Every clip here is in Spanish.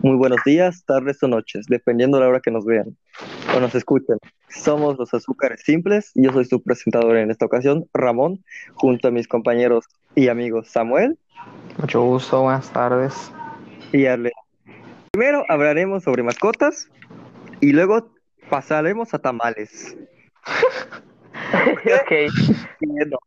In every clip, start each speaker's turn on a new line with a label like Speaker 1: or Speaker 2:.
Speaker 1: Muy buenos días, tardes o noches, dependiendo de la hora que nos vean o nos escuchen. Somos los Azúcares Simples. y Yo soy su presentador en esta ocasión, Ramón, junto a mis compañeros y amigos Samuel
Speaker 2: Mucho gusto, buenas tardes.
Speaker 1: y Arle. Primero hablaremos sobre mascotas y luego pasaremos a tamales.
Speaker 2: ok,
Speaker 1: Entiendo.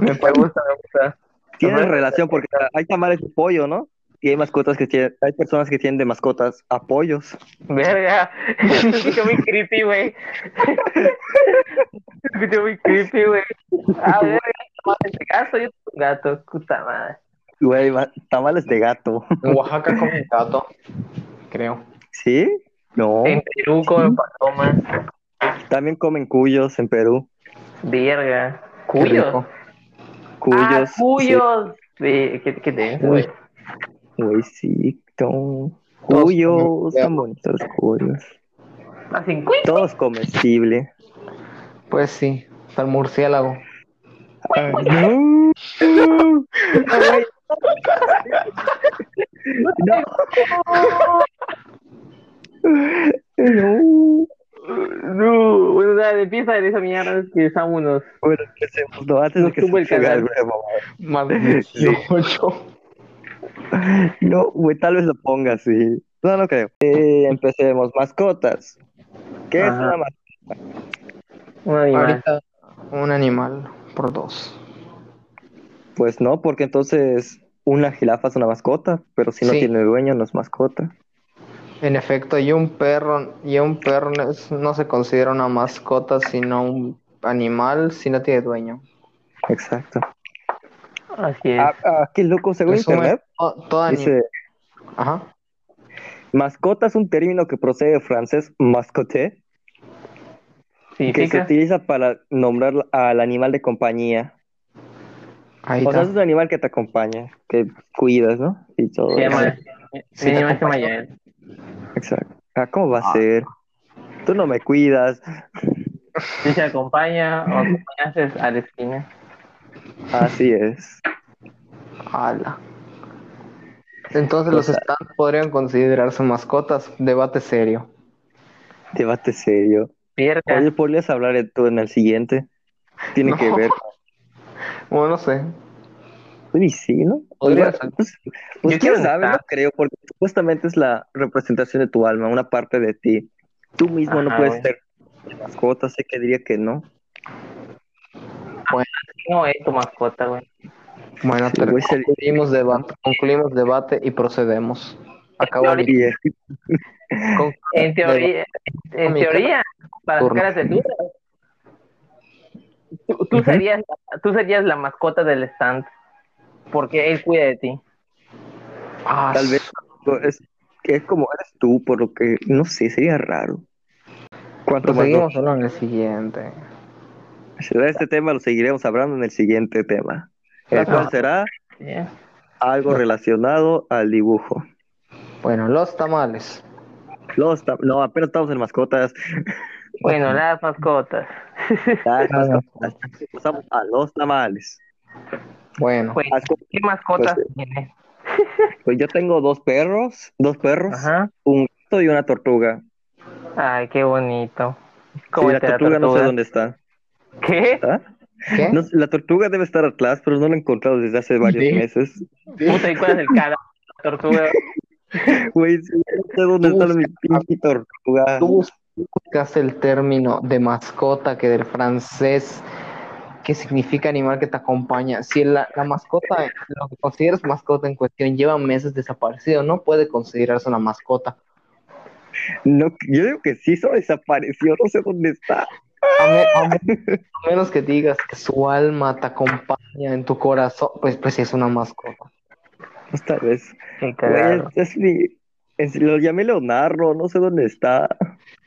Speaker 2: me puede gustar, me gusta.
Speaker 1: Tienen
Speaker 2: Ajá.
Speaker 1: relación porque hay tamales de pollo, ¿no? Y hay mascotas que tienen, hay personas que tienen de mascotas a pollos.
Speaker 2: Verga, se escuchó muy creepy, güey. Se escuchó muy creepy, güey. Ah, verga, en este caso yo tengo un gato, puta madre.
Speaker 1: Güey, ma- tamales de gato.
Speaker 3: En Oaxaca comen gato, creo.
Speaker 1: ¿Sí? No.
Speaker 2: En Perú comen palomas,
Speaker 1: También comen cuyos en Perú.
Speaker 2: verga.
Speaker 3: Qué
Speaker 2: ¿Cuyos?
Speaker 3: rico.
Speaker 1: Cuyos.
Speaker 2: Ah,
Speaker 1: sí.
Speaker 2: cuyos. Sí, ¿Qué, qué te dice, güey?
Speaker 1: Güey, sí, no.
Speaker 3: Todos
Speaker 1: Cuyos,
Speaker 3: comen
Speaker 1: tan bonitos los cuyos.
Speaker 2: Hacen cuy.
Speaker 1: Todos comestibles.
Speaker 3: Pues sí, está el murciélago.
Speaker 1: No. No, güey. No. No.
Speaker 2: No, bueno, dale, empieza en esa mierda es que Samu nos
Speaker 1: Bueno, empecemos. No, antes de que
Speaker 2: Sube el
Speaker 1: se
Speaker 2: canal.
Speaker 1: ponga algo de
Speaker 3: Más de
Speaker 1: Sí.
Speaker 3: 18.
Speaker 1: mamá. No, güey, tal vez lo ponga así. No, no creo. Eh, empecemos. Mascotas. ¿Qué es
Speaker 2: Ajá.
Speaker 1: una mascota?
Speaker 2: un animal.
Speaker 3: Ahorita un animal por dos.
Speaker 1: Pues no, porque entonces una jirafa es una mascota, pero si no
Speaker 3: Sí.
Speaker 1: tiene dueño no es mascota.
Speaker 3: En efecto, y un perro, y un perro no, es- no se considera una mascota, sino un animal si no tiene dueño.
Speaker 1: Exacto.
Speaker 2: Así es.
Speaker 1: Ah, ah, qué loco, según
Speaker 3: Resume
Speaker 1: internet,
Speaker 3: to- todo ani-
Speaker 1: dice,
Speaker 3: Ajá.
Speaker 1: mascota es un término que procede del francés mascoté, que se
Speaker 2: Significa
Speaker 1: utiliza para nombrar al animal de compañía.
Speaker 3: Ahí
Speaker 1: O sea,
Speaker 3: está.
Speaker 1: es un animal que te acompaña, que cuidas, ¿no? Y todo
Speaker 2: se
Speaker 1: eso.
Speaker 2: llama.
Speaker 3: Sí,
Speaker 2: Se llama
Speaker 3: acompañó.
Speaker 2: Mayel.
Speaker 1: Exacto. Ah, ¿cómo va a
Speaker 3: Ah.
Speaker 1: ser? Tú no me cuidas.
Speaker 2: Si se acompaña o acompañaste a la esquina.
Speaker 1: Así es.
Speaker 3: Ala. Entonces los
Speaker 1: O sea-
Speaker 3: stands podrían considerarse mascotas. Debate serio.
Speaker 1: Debate serio.
Speaker 2: Pierda.
Speaker 1: Oye, podrías hablar tú en el siguiente. Tiene que
Speaker 3: No.
Speaker 1: ver
Speaker 3: Bueno, no sé.
Speaker 1: Y sí, ¿no?
Speaker 3: Podría
Speaker 1: Bueno,
Speaker 3: ser.
Speaker 1: Pues, pues
Speaker 2: Yo
Speaker 1: quién
Speaker 2: quiero
Speaker 1: sabe, no
Speaker 2: estar.
Speaker 1: creo, porque supuestamente es la representación de tu alma, una parte de ti. Tú mismo no
Speaker 2: Ajá,
Speaker 1: puedes
Speaker 2: güey.
Speaker 1: ser mascota, sé que diría que no.
Speaker 2: No es tu mascota, güey.
Speaker 3: Bueno,
Speaker 1: Sí,
Speaker 3: ter-
Speaker 1: güey, sería-
Speaker 3: concluimos, debate, concluimos debate y procedemos. Acabo
Speaker 2: Ahorita-
Speaker 3: de
Speaker 1: Y, eh,
Speaker 3: con-
Speaker 2: En teoría, en
Speaker 3: Mi
Speaker 2: teoría, para
Speaker 3: turno.
Speaker 2: sacar a Tetú, tú, tú
Speaker 1: Ujú.
Speaker 2: serías, tú serías la mascota del stand. Porque él cuida de ti.
Speaker 3: Ah,
Speaker 1: Tal vez.
Speaker 3: su-
Speaker 1: es, es como eres tú, por lo que no sé, sería raro. ¿Cuánto
Speaker 2: Pues,
Speaker 1: más
Speaker 3: Proseguimos solo en el siguiente.
Speaker 1: no? Será Este tema lo seguiremos hablando en el siguiente tema, el
Speaker 3: Ajá.
Speaker 1: cual será
Speaker 2: ¿sí?
Speaker 1: algo relacionado al dibujo.
Speaker 3: Bueno, los tamales.
Speaker 1: Los tam- no, apenas estamos en mascotas.
Speaker 2: Bueno, las mascotas.
Speaker 1: Ya,
Speaker 3: Ah, no.
Speaker 1: mascotas. Pasamos a los tamales.
Speaker 3: Bueno,
Speaker 2: Güey,
Speaker 1: Asco-
Speaker 2: Pues, ¿Qué mascotas
Speaker 1: Pues,
Speaker 2: tienes?
Speaker 1: Pues yo tengo dos perros, dos perros,
Speaker 2: Ajá.
Speaker 1: un gato y una tortuga.
Speaker 2: Ay, qué bonito.
Speaker 1: Y
Speaker 2: ¿Cómo
Speaker 1: la
Speaker 2: te la
Speaker 1: tortuga, no sé
Speaker 2: tortuga?
Speaker 1: dónde está.
Speaker 2: ¿Qué?
Speaker 1: ¿Ah?
Speaker 3: ¿qué?
Speaker 1: No, la tortuga debe estar atrás, pero no la he encontrado desde hace varios
Speaker 3: Sí.
Speaker 1: meses.
Speaker 2: Puta, ¿y cuál es el cara? La tortuga.
Speaker 1: Güey, sí, no sé dónde
Speaker 3: Tú
Speaker 1: está mi pinche tortuga.
Speaker 3: Tú bus- buscas el término de mascota que del francés que significa animal que te acompaña. Si la, la mascota, lo que consideras mascota en cuestión, lleva meses desaparecido, no puede considerarse una mascota.
Speaker 1: No, yo digo que sí, solo desapareció, no sé dónde está.
Speaker 3: A, me- a me- a menos que digas que su alma te acompaña en tu corazón, pues, pues sí es una mascota.
Speaker 1: Pues tal vez.
Speaker 2: Qué
Speaker 1: Güey,
Speaker 2: cagado.
Speaker 1: es, es mi. es- lo llamé Leonardo, no sé dónde está.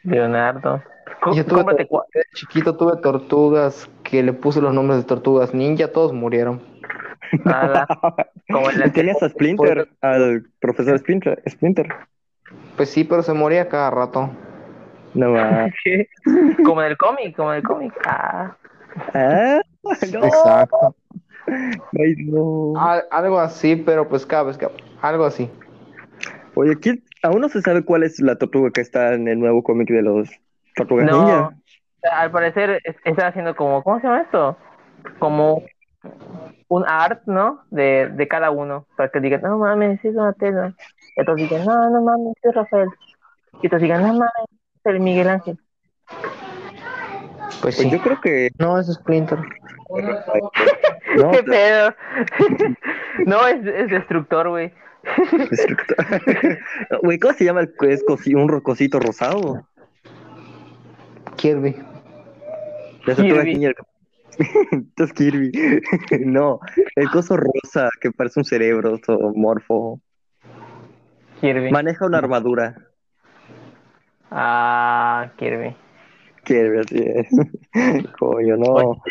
Speaker 2: Leonardo. Có-
Speaker 3: Yo tuve
Speaker 2: cómprate cua-
Speaker 3: De chiquito tuve tortugas que le puse los nombres de tortugas ninja, todos murieron.
Speaker 2: ala, como en la- pues,
Speaker 1: Tenías a Splinter, al profesor Splinter. Splinter.
Speaker 3: Pues sí, pero se moría cada rato.
Speaker 1: No va.
Speaker 2: como en el cómic, como en el cómic. Ah,
Speaker 1: ¿Ah? No,
Speaker 3: Exacto.
Speaker 1: ay, no.
Speaker 3: Ah, Al- algo así, pero pues cada vez que... Algo así.
Speaker 1: Oye, ¿quién, Aún no se sabe cuál es la tortuga que está en el nuevo cómic de los Tortugas
Speaker 2: No.
Speaker 1: Ninja.
Speaker 2: O sea, Al parecer es- está haciendo como, ¿cómo se llama esto? Como un art, ¿no? De, de cada uno. Para que digan, no mames, es Donatello. Y otros digan, no, no mames, es Rafael. Y otros digan, no mames, es el Miguel Ángel.
Speaker 3: Pues
Speaker 1: Pues
Speaker 3: sí.
Speaker 1: yo creo que.
Speaker 3: No, es Splinter.
Speaker 1: No,
Speaker 2: ¡Qué pedo! no, es, es destructor, güey.
Speaker 1: Destructor. pues, Güey, ¿cómo se llama el que es cosi- un ro- cosito rosado?
Speaker 3: Kirby.
Speaker 1: La tortuga
Speaker 2: Kirby.
Speaker 1: ninja. Entonces Kirby. no, el coso rosa que parece un cerebro o morfo.
Speaker 2: Kirby.
Speaker 1: Maneja una armadura.
Speaker 2: Ah, Kirby.
Speaker 1: Kirby, así es. Coño, no.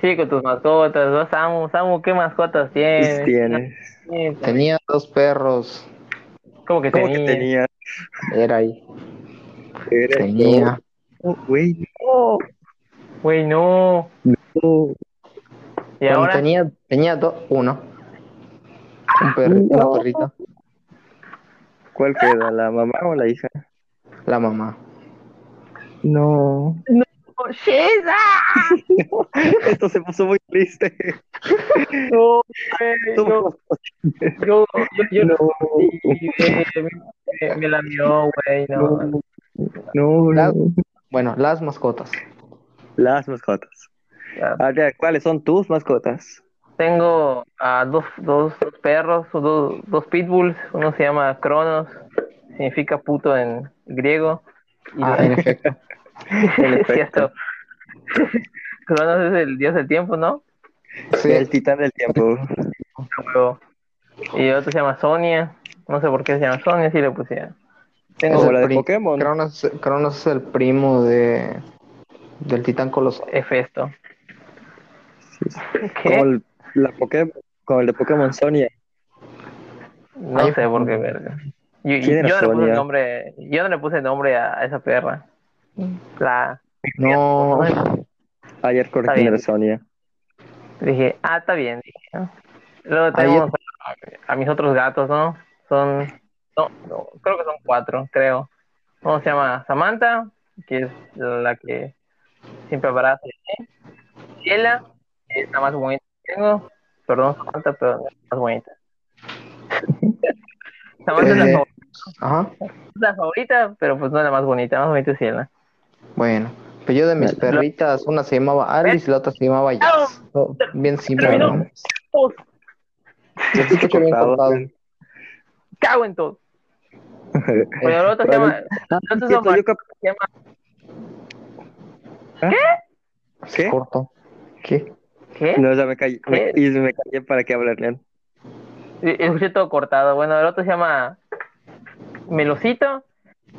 Speaker 2: Sigue con tus mascotas, ¿no? Samu, Samu, ¿qué mascotas tienes?
Speaker 1: Tiene.
Speaker 2: Tienes-
Speaker 3: Tenía dos perros.
Speaker 2: ¿Cómo que
Speaker 1: ¿Cómo que
Speaker 2: tenías?
Speaker 1: tenía?
Speaker 3: Era ahí.
Speaker 1: Era-
Speaker 3: Tenía.
Speaker 1: No, Güey, no.
Speaker 2: Güey, no.
Speaker 1: no.
Speaker 2: Y
Speaker 3: Bueno,
Speaker 2: ahora...
Speaker 3: Tenía, tenía dos. Uno. Un perrito,
Speaker 1: No.
Speaker 3: una perrita.
Speaker 1: ¿Cuál queda? ¿La mamá o la hija?
Speaker 3: La mamá.
Speaker 1: No.
Speaker 2: ¡Oh, shit! ¡Ah!
Speaker 1: Esto se puso muy triste.
Speaker 2: No, güey, no, yo, yo, yo
Speaker 1: No,
Speaker 2: sí, eh, me, me la mió, güey, no.
Speaker 1: no, no,
Speaker 3: La-
Speaker 1: no.
Speaker 3: Bueno, las mascotas.
Speaker 1: Las mascotas.
Speaker 2: Ya.
Speaker 1: A ver, ¿cuáles son tus mascotas?
Speaker 2: Tengo a dos, dos, dos perros, o dos, dos pitbulls, uno se llama Cronos, significa puto en griego. Y
Speaker 3: Ah, en efecto.
Speaker 1: en
Speaker 2: es
Speaker 1: efecto.
Speaker 2: cierto. Cronos es el dios del tiempo, ¿no?
Speaker 1: El
Speaker 3: Sí.
Speaker 1: titán del tiempo.
Speaker 2: Pero- Y el otro se llama Sonia, no sé por qué se llama Sonia, si le pusieron. Tengo
Speaker 1: Como la de
Speaker 3: pri-
Speaker 1: Pokémon.
Speaker 3: Cronos, Cronos es el primo de del titán colosal.
Speaker 2: Hefesto. ¿Qué?
Speaker 1: Como el, la Pokémon, como el de Pokémon Sonia.
Speaker 2: No
Speaker 3: Ay,
Speaker 2: sé por qué verga. Yo, yo
Speaker 1: ¿Quién era
Speaker 2: no le puse
Speaker 1: Sonia?
Speaker 2: el nombre, yo no le puse el nombre a, a esa perra. La
Speaker 3: No,
Speaker 1: Ayer
Speaker 2: Está
Speaker 1: corregí
Speaker 2: bien.
Speaker 1: la Sonia.
Speaker 2: dije, ah, está bien, dije, ¿no? Luego
Speaker 3: Ahí
Speaker 2: tenemos a, a mis otros gatos, ¿no? Son, no, no, creo que son cuatro, creo. Uno se llama Samantha, que es la que siempre abraza y así. Ciela, que es la más bonita que tengo. Perdón, Samantha, pero no es la más bonita. Samantha es la
Speaker 3: Eh,
Speaker 2: favorita.
Speaker 3: ajá.
Speaker 2: es la favorita, pero pues no es la más bonita, la más bonita es Ciela.
Speaker 3: Bueno, pues yo de mis perritas, una se llamaba Alice y la otra se llamaba Jazz. Oh, Bien simple,
Speaker 2: Terminó.
Speaker 3: ¿no?
Speaker 2: ¡Oh,
Speaker 3: Se escucha bien
Speaker 1: Cortado.
Speaker 3: cortado.
Speaker 2: cago en todo! Pero el otro se
Speaker 1: Bueno,
Speaker 2: llama,
Speaker 1: Ah,
Speaker 2: el otro se
Speaker 1: cierto,
Speaker 2: llama,
Speaker 1: yo cap-
Speaker 2: se llama
Speaker 1: ¿Qué?
Speaker 3: Corto. ¿Qué?
Speaker 2: ¿qué?
Speaker 1: No, ya me callé. me-
Speaker 2: ¿Qué?
Speaker 1: y me callé para que hablarían.
Speaker 2: Eh, Escuché todo cortado. Bueno, el otro se llama Melocito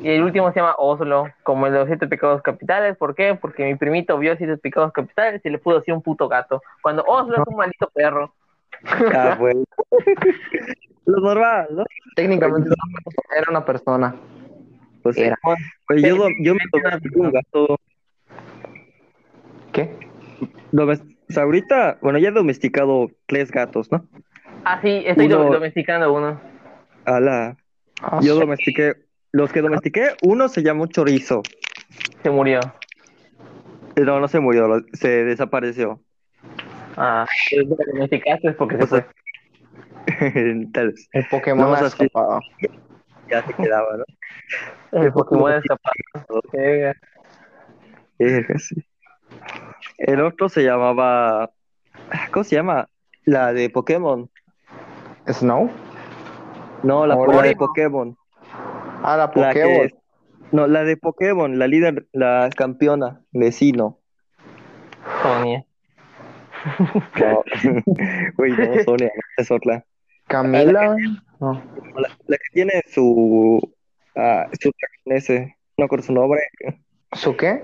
Speaker 2: y el último se llama Oslo, como el de los siete pecados capitales. ¿Por qué? Porque mi primito vio siete pecados capitales y le pudo así un puto gato. Cuando Oslo es un maldito perro.
Speaker 1: Ah, bueno. Lo normal, ¿no?
Speaker 3: Técnicamente era una persona.
Speaker 1: Pues, sí.
Speaker 3: Era.
Speaker 1: Pues yo, do- yo me domestico un gato.
Speaker 3: ¿Qué?
Speaker 1: domes- o sea, ahorita, bueno, ya he domesticado tres gatos, ¿no?
Speaker 2: Ah, sí, estoy
Speaker 1: Uno-
Speaker 2: do- domesticando uno.
Speaker 1: A la,
Speaker 3: Ah,
Speaker 1: yo
Speaker 3: sí.
Speaker 1: domestiqué, los que domestiqué, uno se llamó Chorizo.
Speaker 2: Se murió.
Speaker 1: No, no se murió, lo- se desapareció.
Speaker 2: Ah, lo domesticaste porque se
Speaker 1: O sea,
Speaker 2: fue.
Speaker 1: Tal vez,
Speaker 3: El Pokémon
Speaker 1: Vamos
Speaker 3: ha
Speaker 1: a decir-
Speaker 3: escapado.
Speaker 1: ya se quedaba, ¿no?
Speaker 2: El Pokémon escapado. Verga.
Speaker 1: Verga, sí. El otro se llamaba, ah, ¿cómo se llama? La de Pokémon.
Speaker 3: uh, ¿Snow?
Speaker 1: No, la,
Speaker 3: Ahora-
Speaker 1: la de Pokémon.
Speaker 3: Ah, la
Speaker 1: La que-
Speaker 3: Pokéball.
Speaker 1: no, la de Pokémon, la líder, la campeona, vecino.
Speaker 2: Sonia.
Speaker 1: No, güey, no, Sonia, no, es otra.
Speaker 3: Camila. No.
Speaker 1: La, la que tiene su, ah, su dragón ese, no con su nombre,
Speaker 3: ¿Su qué?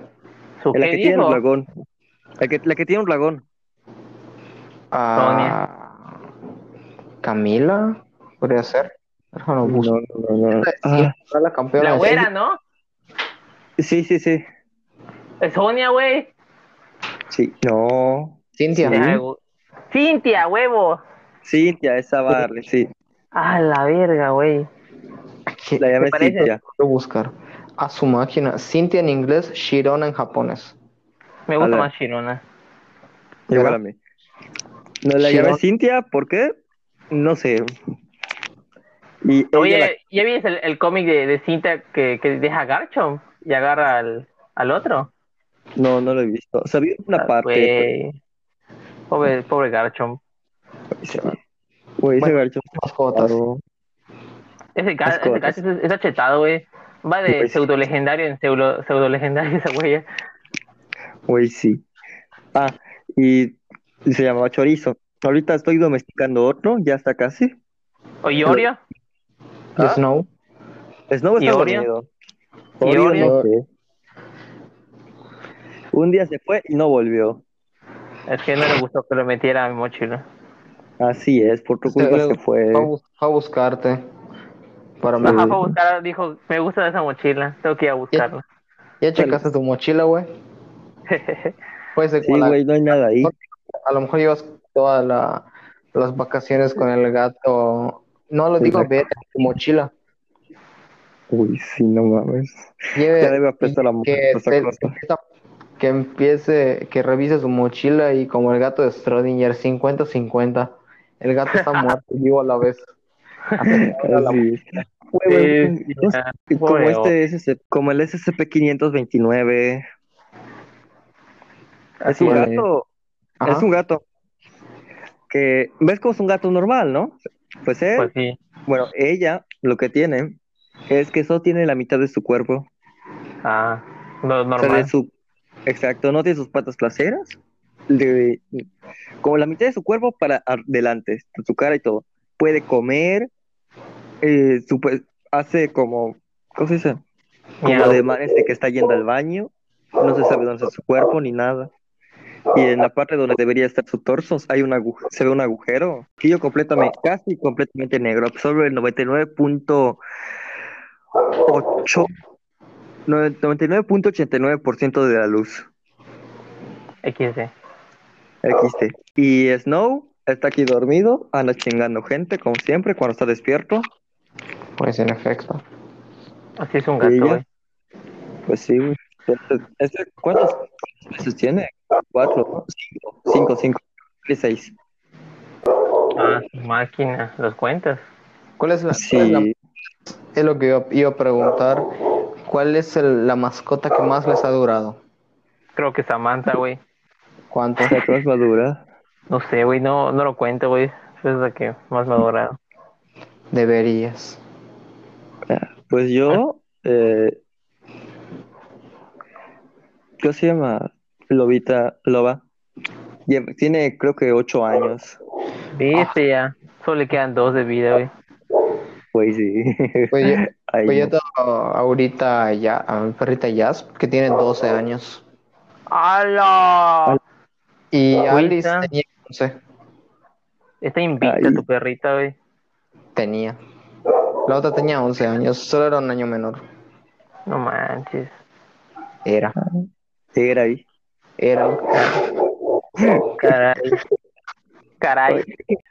Speaker 2: ¿Su
Speaker 1: la
Speaker 2: qué
Speaker 1: que tiene
Speaker 2: dijo?
Speaker 1: un dragón. La que, la que tiene un dragón.
Speaker 3: Ah, Camila. Podría ser.
Speaker 1: No,
Speaker 3: Déjalo buscar.
Speaker 1: no, no, no. Ah,
Speaker 3: Ah, la campeona
Speaker 2: La
Speaker 3: de
Speaker 2: güera, ¿no?
Speaker 1: sí, sí, sí.
Speaker 2: Es Sonia, güey.
Speaker 1: Sí, no.
Speaker 3: Cintia.
Speaker 2: Ya, güey. Cintia, huevo.
Speaker 1: Cintia, esa Barley, sí.
Speaker 2: A la verga, güey.
Speaker 3: ¿Qué-
Speaker 1: La llamé
Speaker 2: ¿Te parece?
Speaker 1: Cintia.
Speaker 3: Quiero buscar. A su máquina. Cintia en inglés, Shirona en japonés.
Speaker 2: Me gusta
Speaker 1: Hola.
Speaker 2: más Shirona.
Speaker 1: Igual a mí. No la
Speaker 3: Sí,
Speaker 1: llamé
Speaker 3: ¿no?
Speaker 1: Cintia, ¿por qué? No sé. Y ella
Speaker 2: Oye,
Speaker 1: la-
Speaker 2: ¿ya viste el, el cómic de, de Cinta que, que deja a Garchomp y agarra al, al otro?
Speaker 1: No, no lo he visto. O sea, vi una
Speaker 2: Ah,
Speaker 1: parte. pues.
Speaker 2: güey. Pobre, pobre Garchomp.
Speaker 1: y se va. Güey, ese
Speaker 3: Bueno,
Speaker 1: garcho
Speaker 3: Mascotas.
Speaker 1: Claro.
Speaker 2: Ese, ga- ese
Speaker 1: Mascotas.
Speaker 2: Garchomp es- está chetado, güey. Va de
Speaker 1: Güey, Pues sí.
Speaker 2: pseudo legendario en pseudo, legendario esa güey.
Speaker 1: Güey, sí. Ah, y, y se llamaba chorizo. Ahorita estoy domesticando otro, ya está casi.
Speaker 2: O
Speaker 1: Pues,
Speaker 2: Iorio.
Speaker 3: The
Speaker 1: Ah.
Speaker 3: Snow.
Speaker 1: Snow
Speaker 2: ¿Y
Speaker 1: está
Speaker 2: Oreo?
Speaker 1: dormido.
Speaker 2: ¿Y
Speaker 1: Oreo,
Speaker 2: Oreo?
Speaker 1: no sé. Un día se fue y no volvió.
Speaker 2: Es que no le gustó que lo metiera a mi mochila.
Speaker 1: Así es, por tu
Speaker 3: Este,
Speaker 1: culpa
Speaker 3: luego-
Speaker 1: se fue.
Speaker 3: Va a, bus- va a buscarte. Para mí.
Speaker 1: Mm.
Speaker 2: Ajá, fue a buscar, dijo, me gusta esa mochila, tengo que ir a buscarla.
Speaker 3: Ya checaste tu mochila, güey. Pues, Puede ser
Speaker 1: Sí,
Speaker 3: con la-
Speaker 1: güey, no hay nada ahí.
Speaker 3: A lo mejor llevas todas la- las vacaciones con el gato. No lo digo,
Speaker 1: Exacto.
Speaker 3: vete tu mochila.
Speaker 1: Uy, sí, no mames.
Speaker 3: Lleve,
Speaker 1: Ya debe apestar la
Speaker 3: que,
Speaker 1: mujer.
Speaker 3: te- que empiece, que revise su mochila y como el gato de Schrödinger, 50-50. El gato está muerto y vivo a la vez. Ahora la- Eh,
Speaker 1: Así es. Güey, güey,
Speaker 2: Sí, sí,
Speaker 1: no sé,
Speaker 2: ya.
Speaker 1: como,
Speaker 2: Pobre
Speaker 1: este SCP como el SCP-529. Es un
Speaker 3: Vale.
Speaker 1: gato.
Speaker 3: Ajá.
Speaker 1: Es un gato. Que ves como es un gato normal, ¿no? Pues él,
Speaker 2: Pues sí.
Speaker 1: bueno, ella lo que tiene es que solo tiene la mitad de su cuerpo.
Speaker 2: Ah, lo
Speaker 1: O sea, de
Speaker 2: normal.
Speaker 1: su, exacto, no tiene sus patas traseras. de- como la mitad de su cuerpo para adelante, su cara y todo. Puede comer, eh, su- pues, hace como, ¿cómo se dice? Como
Speaker 2: Miau.
Speaker 1: de man este que está yendo al baño, no se sabe dónde está su cuerpo ni nada. Y en la parte donde debería estar su torso hay un agujero, se ve un agujero, quillo completamente, casi completamente negro, absorbe el 99.8 no, 99.89% de la luz.
Speaker 2: XD.
Speaker 1: XT. Y Snow está aquí dormido, anda chingando gente, como siempre, cuando está despierto.
Speaker 3: Pues en efecto.
Speaker 2: Así es un
Speaker 1: ¿Y
Speaker 2: gato,
Speaker 1: ella?
Speaker 2: güey.
Speaker 1: Pues sí, güey. Entonces, este, ¿Cuántos meses tiene? Cuatro, ¿no? cinco, cinco, cinco, y seis.
Speaker 2: Ah, su máquina, los cuentas.
Speaker 3: ¿Cuál es la,
Speaker 1: Sí,
Speaker 3: cuál es, la- es lo que yo iba a preguntar? ¿Cuál es el- la mascota que más les ha durado?
Speaker 2: Creo que Samantha, güey.
Speaker 3: ¿Cuánto?
Speaker 1: la más madura.
Speaker 2: No sé, güey, no, no lo cuento, güey. Esa Es la que más me ha adorado.
Speaker 3: Deberías.
Speaker 1: Pues yo, eh, ¿cómo se llama? Lobita, Loba. Lle- Tiene creo que ocho años.
Speaker 2: Viste este, ya. Solo le quedan dos de vida, güey.
Speaker 1: Pues sí.
Speaker 3: Pues yo,
Speaker 1: Ay,
Speaker 3: pues yo
Speaker 1: no.
Speaker 3: tengo ahorita ya, a mi perrita Jazz, que tiene 12 años.
Speaker 2: ¡Hala!
Speaker 3: Y
Speaker 2: Ahorita.
Speaker 3: Alice tenía 11.
Speaker 2: Está invicta
Speaker 1: Ay.
Speaker 2: tu perrita, güey.
Speaker 3: Tenía. La otra tenía 11 años, solo era un año menor.
Speaker 2: No manches.
Speaker 3: Era.
Speaker 1: Sí, era ahí.
Speaker 3: Era.
Speaker 2: Caray. Caray.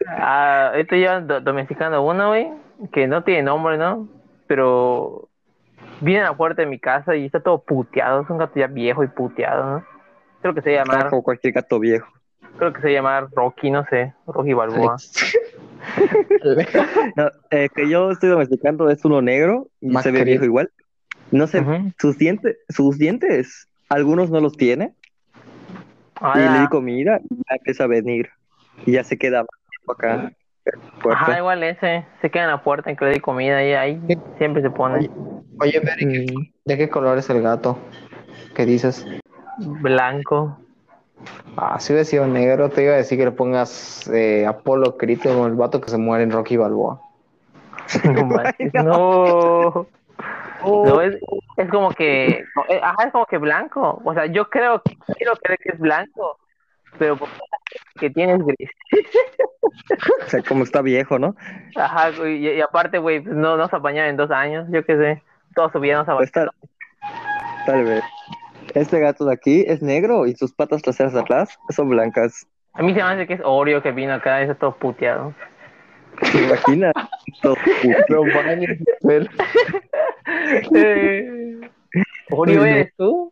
Speaker 2: Ah, esto llevan do- domesticando uno, güey, que no tiene nombre, ¿no? Pero viene a la puerta de mi casa y está todo puteado. Es un gato ya viejo y puteado, ¿no? Creo que se
Speaker 1: Ah,
Speaker 2: llama,
Speaker 1: Como cualquier gato viejo.
Speaker 2: creo que se llama Rocky, no sé, Rocky Balboa.
Speaker 1: No, eh, que yo estoy domesticando es uno negro y
Speaker 3: Más
Speaker 1: se ve
Speaker 3: querido.
Speaker 1: viejo igual. No sé,
Speaker 2: Ujú.
Speaker 1: sus dientes, sus dientes, algunos no los tiene. Y le
Speaker 2: Ala.
Speaker 1: di comida y ya empieza a venir. Y ya se queda más tiempo acá. en la puerta.
Speaker 2: Ajá, igual ese, se queda en la puerta en que le di comida y ahí siempre se pone
Speaker 3: Oye, Beri,
Speaker 1: Mm,
Speaker 3: ¿de qué color es el gato? ¿Qué dices?
Speaker 2: blanco.
Speaker 3: Ah, si hubiera sido negro, te iba a decir que le pongas eh, Apolo Crito como el vato que se muere en Rocky Balboa.
Speaker 2: No manches, no. No, es, es como que. no, eh, Ajá, es como que blanco. O sea, yo creo, quiero creer que es blanco. Pero por- que tienes gris.
Speaker 1: O sea, como está viejo, ¿no?
Speaker 2: Ajá, güey, y, y aparte, güey, pues, no, no se apañaron en dos años. Yo qué sé. Toda su vida no se
Speaker 1: Pues tal,
Speaker 2: apañaron.
Speaker 1: tal vez. Este gato de aquí es negro y sus patas traseras atrás son blancas.
Speaker 2: A mí se me hace que es Oreo que vino acá y está todo puteado.
Speaker 1: ¿Te imaginas? Los putos.
Speaker 3: No bañes, Isabel.
Speaker 2: Eh, Oreo, ¿eres tú?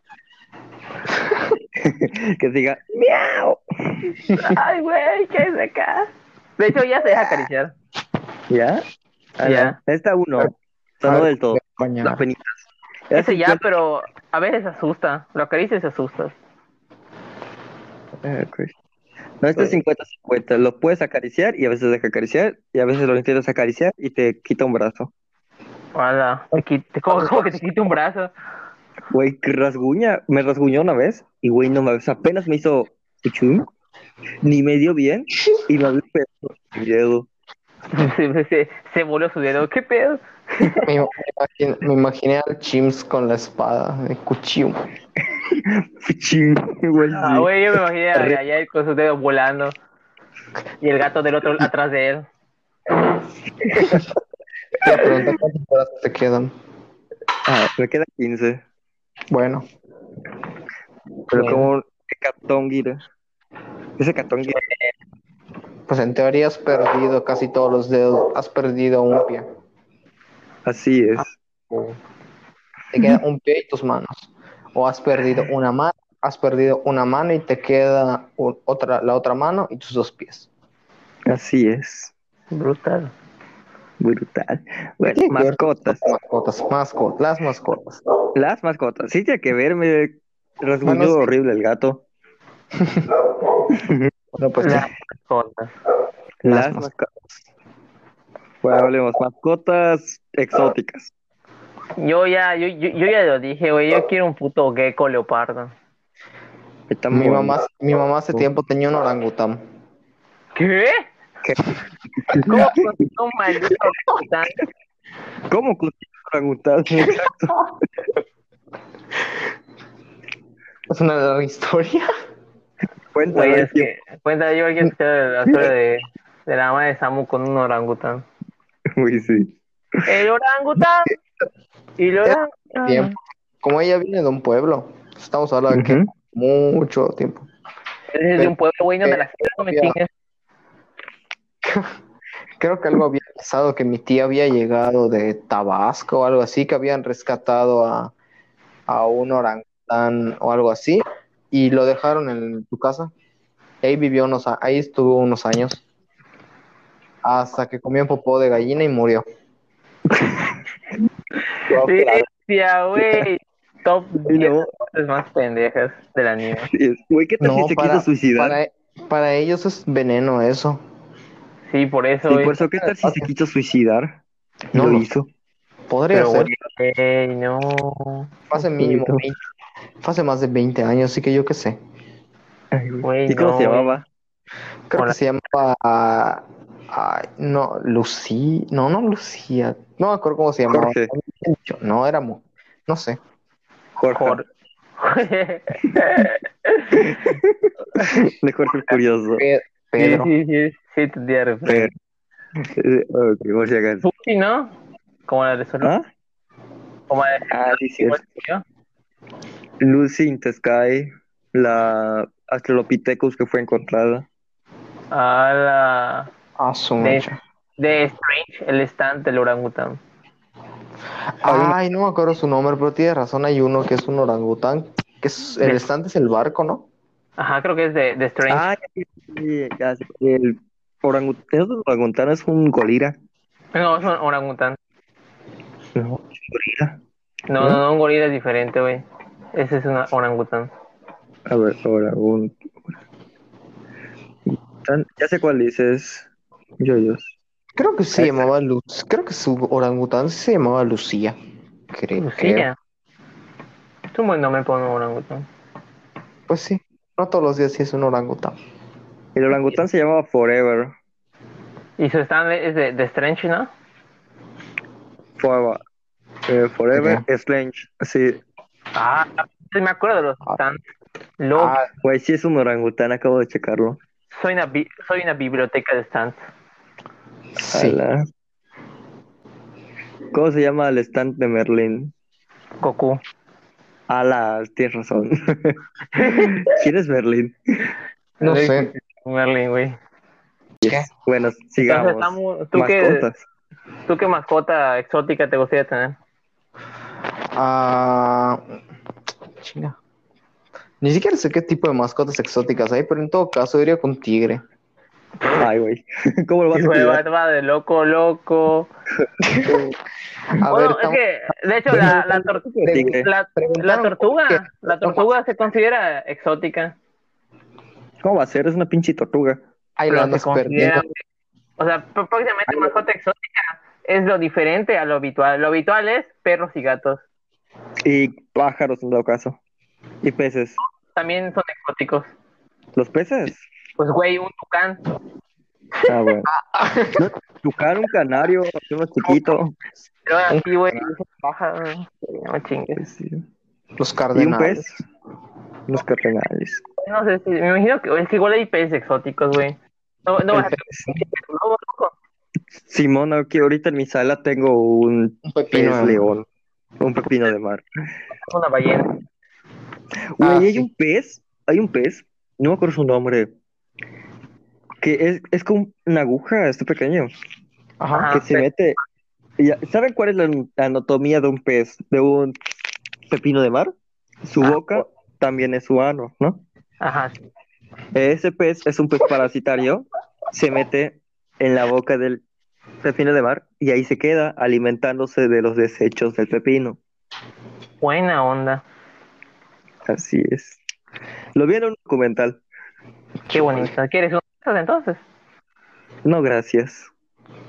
Speaker 1: que diga, miau.
Speaker 2: Ay, güey, ¿qué es acá? De hecho, ya se deja acariciar.
Speaker 1: ¿Ya? Ah,
Speaker 2: Ya. Ah,
Speaker 1: no. Está uno. Está no del todo.
Speaker 3: Bañar.
Speaker 1: Las penitas.
Speaker 2: Ese ya, pero a veces asusta. Lo acaricia y se asusta.
Speaker 1: Eh, ok. No, este es 50-50. Lo puedes acariciar y a veces deja acariciar y a veces lo intentas acariciar y te quita un brazo.
Speaker 2: Hola, te quit- ¿cómo, cómo que te quite un brazo?
Speaker 1: Güey, que rasguña. Me rasguñó una vez y güey, no me apenas me hizo chuchum, ni me dio bien y me abrió un pedazo de dedo.
Speaker 2: Se, se, se voló su dedo. ¿Qué pedo?
Speaker 3: Me, me imagino- me imaginé al Chims con la espada, el cuchillo.
Speaker 1: Fuchín, güey.
Speaker 2: Ah,
Speaker 1: sí.
Speaker 2: güey, yo me imaginé a a Yair con sus dedos volando. Y el gato del otro atrás de él.
Speaker 3: Te pregunta cuántos brazos te quedan.
Speaker 1: Ah, me queda 15.
Speaker 3: Bueno,
Speaker 1: Pero
Speaker 3: Bueno.
Speaker 1: como un hecatonguira. Ese hecatonguira.
Speaker 3: pues en teoría has perdido casi todos los dedos, has perdido un pie.
Speaker 1: Así es.
Speaker 3: Te queda un pie y tus manos. O has perdido una mano, has perdido una mano y te queda u- otra, la otra mano y tus dos pies.
Speaker 1: Así es.
Speaker 2: Brutal.
Speaker 1: Brutal. Bueno,
Speaker 3: Sí, claro.
Speaker 1: mascotas.
Speaker 3: Mascotas, mascotas, las mascotas.
Speaker 1: Las mascotas. Sí, tiene que ver, me rasguñó
Speaker 3: Bueno, sí.
Speaker 1: horrible el gato.
Speaker 3: Bueno, pues
Speaker 2: Las mascotas.
Speaker 1: Las,
Speaker 3: Las
Speaker 1: mascotas. Bueno, hablemos. Mascotas exóticas.
Speaker 2: Yo ya, yo, yo, yo ya lo dije, güey. Yo quiero un puto gecko leopardo.
Speaker 1: Está
Speaker 3: mi
Speaker 1: muy-
Speaker 3: mamá, mi mamá hace tiempo tenía un orangután.
Speaker 2: ¿Qué?
Speaker 1: ¿Qué?
Speaker 2: ¿Cómo consiguió un maldito orangután?
Speaker 1: ¿Cómo consigue un orangután?
Speaker 3: Es una larga historia.
Speaker 1: Cuenta
Speaker 2: Güey, es que, cuenta yo alguien que la historia de, de la mamá de Samu con un orangután.
Speaker 1: Uy, sí.
Speaker 2: El orangután. Y el orangután.
Speaker 3: Tiempo. Como ella viene de un pueblo, estamos hablando de que
Speaker 1: Ujú.
Speaker 3: mucho tiempo.
Speaker 2: Es de un pueblo, güey, donde las cosas no me chingues.
Speaker 3: Creo que algo había pasado, que mi tía había llegado de Tabasco o algo así, que habían rescatado a, a un orangután o algo así, y lo dejaron en su casa. Y Ahí vivió unos, a- ahí estuvo unos años, hasta que comió popó de gallina y murió.
Speaker 2: Sí, tía, güey. Top
Speaker 1: Y
Speaker 2: 10
Speaker 1: luego,
Speaker 2: cosas más pendejas del anime.
Speaker 1: sí, güey, ¿qué tal
Speaker 3: No,
Speaker 1: si se
Speaker 3: para-
Speaker 1: quiso suicidar?
Speaker 3: Para, para ellos es veneno eso.
Speaker 2: Sí, por eso,
Speaker 1: Sí,
Speaker 2: güey.
Speaker 1: por eso, ¿qué tal si se quiso suicidar? Y
Speaker 3: No,
Speaker 1: lo
Speaker 3: no.
Speaker 1: hizo.
Speaker 3: Podría
Speaker 2: Pero,
Speaker 3: ser,
Speaker 2: güey, ey, no.
Speaker 3: fue hace mínimo
Speaker 1: poquito.
Speaker 3: 20, fue hace más de 20 años, así que yo qué sé.
Speaker 1: Ay, güey.
Speaker 2: Güey,
Speaker 1: ¿Y cómo
Speaker 2: no,
Speaker 1: se
Speaker 2: güey.
Speaker 1: llamaba?
Speaker 3: Creo
Speaker 2: Hola.
Speaker 3: que se llamaba. ay, no, Lucía. No, no Lucía. No me acuerdo cómo se llamaba.
Speaker 1: Jorge.
Speaker 3: No, éramos. No sé.
Speaker 1: Jorge.
Speaker 2: Jorge.
Speaker 1: De Jorge el Curioso.
Speaker 3: Pe-
Speaker 2: sí,
Speaker 3: Pedro.
Speaker 2: sí, sí, sí, tu tía de repente.
Speaker 1: Pero- Eh, ok, por si acaso.
Speaker 2: Pussy, ¿no? Como la de Sol-
Speaker 1: ¿Ah?
Speaker 2: Como la de
Speaker 1: Ah, sí,
Speaker 2: ¿cómo
Speaker 1: cierto.
Speaker 2: se llama?
Speaker 1: Lucy in the Sky, la Australopithecus que fue encontrada.
Speaker 2: Ah, la.
Speaker 3: Ah, su
Speaker 2: De-
Speaker 3: mecha.
Speaker 2: De Strange, el stand del orangután.
Speaker 3: Ay, no me acuerdo su nombre, pero tiene razón. Hay uno que es un orangután. Que es, el
Speaker 2: De-
Speaker 3: estante es el barco, ¿no?
Speaker 2: Ajá, creo que es de, de Strange.
Speaker 1: Ah, ya, sí, ya, sí. el orangután, el orangután es un gorila.
Speaker 2: No, es un orangután.
Speaker 1: No, es un gorila.
Speaker 2: No, no, no, un gorila es diferente, güey. Ese es un orangután.
Speaker 1: A ver, orangután. Ya sé cuál dices. Yo, yo.
Speaker 3: Creo que se
Speaker 1: Ese.
Speaker 3: llamaba Luz. Creo que su orangután sí se llamaba Lucía. Creo. creo.
Speaker 2: Lucía. Es un buen nombre para un orangután.
Speaker 3: Pues sí. No todos los días sí es un orangután.
Speaker 1: El orangután se llamaba Forever.
Speaker 2: Y su stand es de, de Strange, ¿no?
Speaker 1: Forever. Eh, forever Strange. Sí,
Speaker 2: Ah, sí, me acuerdo de los stands. Loco,
Speaker 3: Ah,
Speaker 1: güey, sí es un orangután, acabo de checarlo.
Speaker 2: soy, una bi- soy una biblioteca de stands.
Speaker 3: sí.
Speaker 1: Ala. ¿Cómo se llama el stand de Merlín?
Speaker 2: Goku.
Speaker 1: Ala, tienes razón. ¿Quién es Merlín?
Speaker 3: No
Speaker 2: Sí,
Speaker 3: sé.
Speaker 2: Merlin, güey.
Speaker 1: Bueno,
Speaker 2: Entonces,
Speaker 1: sigamos.
Speaker 2: Samu, tú que,
Speaker 1: Mascotas.
Speaker 2: ¿Tú qué mascota exótica te gustaría tener?
Speaker 3: Ah, chinga. Ni siquiera sé qué tipo de mascotas exóticas hay, pero en todo caso iría con tigre.
Speaker 1: Ay, güey. ¿Cómo lo
Speaker 3: Pues
Speaker 1: vas a
Speaker 2: Hijo de
Speaker 1: cuidar?
Speaker 2: Batman, de loco, loco.
Speaker 3: A
Speaker 2: Bueno,
Speaker 3: ver,
Speaker 2: es
Speaker 3: estamos-
Speaker 2: que, de hecho, la, la, tor-
Speaker 1: Tigre.
Speaker 2: la- la
Speaker 3: preguntaron por qué.
Speaker 2: tortuga, la tortuga se considera exótica.
Speaker 1: ¿Cómo va a ser? Es una pinche tortuga.
Speaker 3: Ahí lo
Speaker 2: pero se
Speaker 3: andas
Speaker 2: considera,
Speaker 3: perdiendo.
Speaker 2: o sea, pr- prácticamente mascota exótica es lo diferente a lo habitual. Lo habitual es perros y gatos.
Speaker 1: Y pájaros, en dado caso. Y peces.
Speaker 2: También son exóticos.
Speaker 1: ¿Los peces?
Speaker 2: Pues, güey, un tucán.
Speaker 1: Ah, bueno. No, Tucar un canario, hacer más chiquito.
Speaker 2: Pero así, güey, baja. No chingues.
Speaker 1: Pues sí.
Speaker 3: Los
Speaker 1: Y un
Speaker 3: cardenales.
Speaker 1: pez. Los cardenales.
Speaker 2: No sé si, me imagino que es que igual hay peces exóticos, güey. No, no,
Speaker 3: El
Speaker 2: vas a tener un lobo, loco.
Speaker 1: Simón, aquí ahorita en mi sala tengo un
Speaker 3: Un
Speaker 1: pez
Speaker 3: pepino.
Speaker 1: león. Un pepino de mar.
Speaker 2: una ballena.
Speaker 1: Güey,
Speaker 3: Ah,
Speaker 1: hay
Speaker 3: sí.
Speaker 1: un pez, hay un pez, no me acuerdo su nombre, que es, es como una aguja, este pequeño,
Speaker 3: Ajá.
Speaker 2: Ah,
Speaker 1: que se
Speaker 2: pe-
Speaker 1: mete. y- ¿Saben cuál es la an- anatomía de un pez? De un pepino de mar. Su
Speaker 2: Ah.
Speaker 1: boca también es su ano, ¿no?
Speaker 2: Ajá.
Speaker 1: Ese pez es un pez parasitario, se mete en la boca del pepino de mar y ahí se queda alimentándose de los desechos del pepino.
Speaker 2: Buena onda.
Speaker 1: Así es. Lo vi en un documental.
Speaker 2: Qué bonito. ¿Quieres un de esas, entonces?
Speaker 1: No, gracias.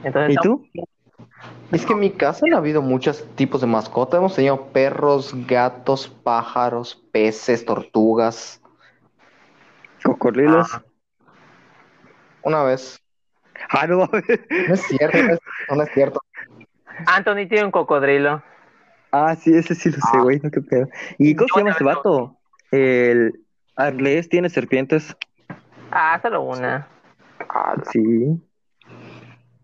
Speaker 2: Entonces
Speaker 1: ¿Y tú?
Speaker 3: Es que en mi casa no ha habido muchos tipos de mascotas. Hemos tenido perros, gatos, pájaros, peces, tortugas.
Speaker 1: Cocodrilos.
Speaker 2: Ah.
Speaker 3: Una vez.
Speaker 1: Ah, no mames.
Speaker 3: No es cierto, no es, no es cierto.
Speaker 2: Anthony tiene un cocodrilo.
Speaker 1: Ah, sí, ese sí lo sé, güey, no qué pedo. ¿Y cómo se llama este vato? El Arles tiene serpientes.
Speaker 2: Ah, solo una.
Speaker 1: Sí.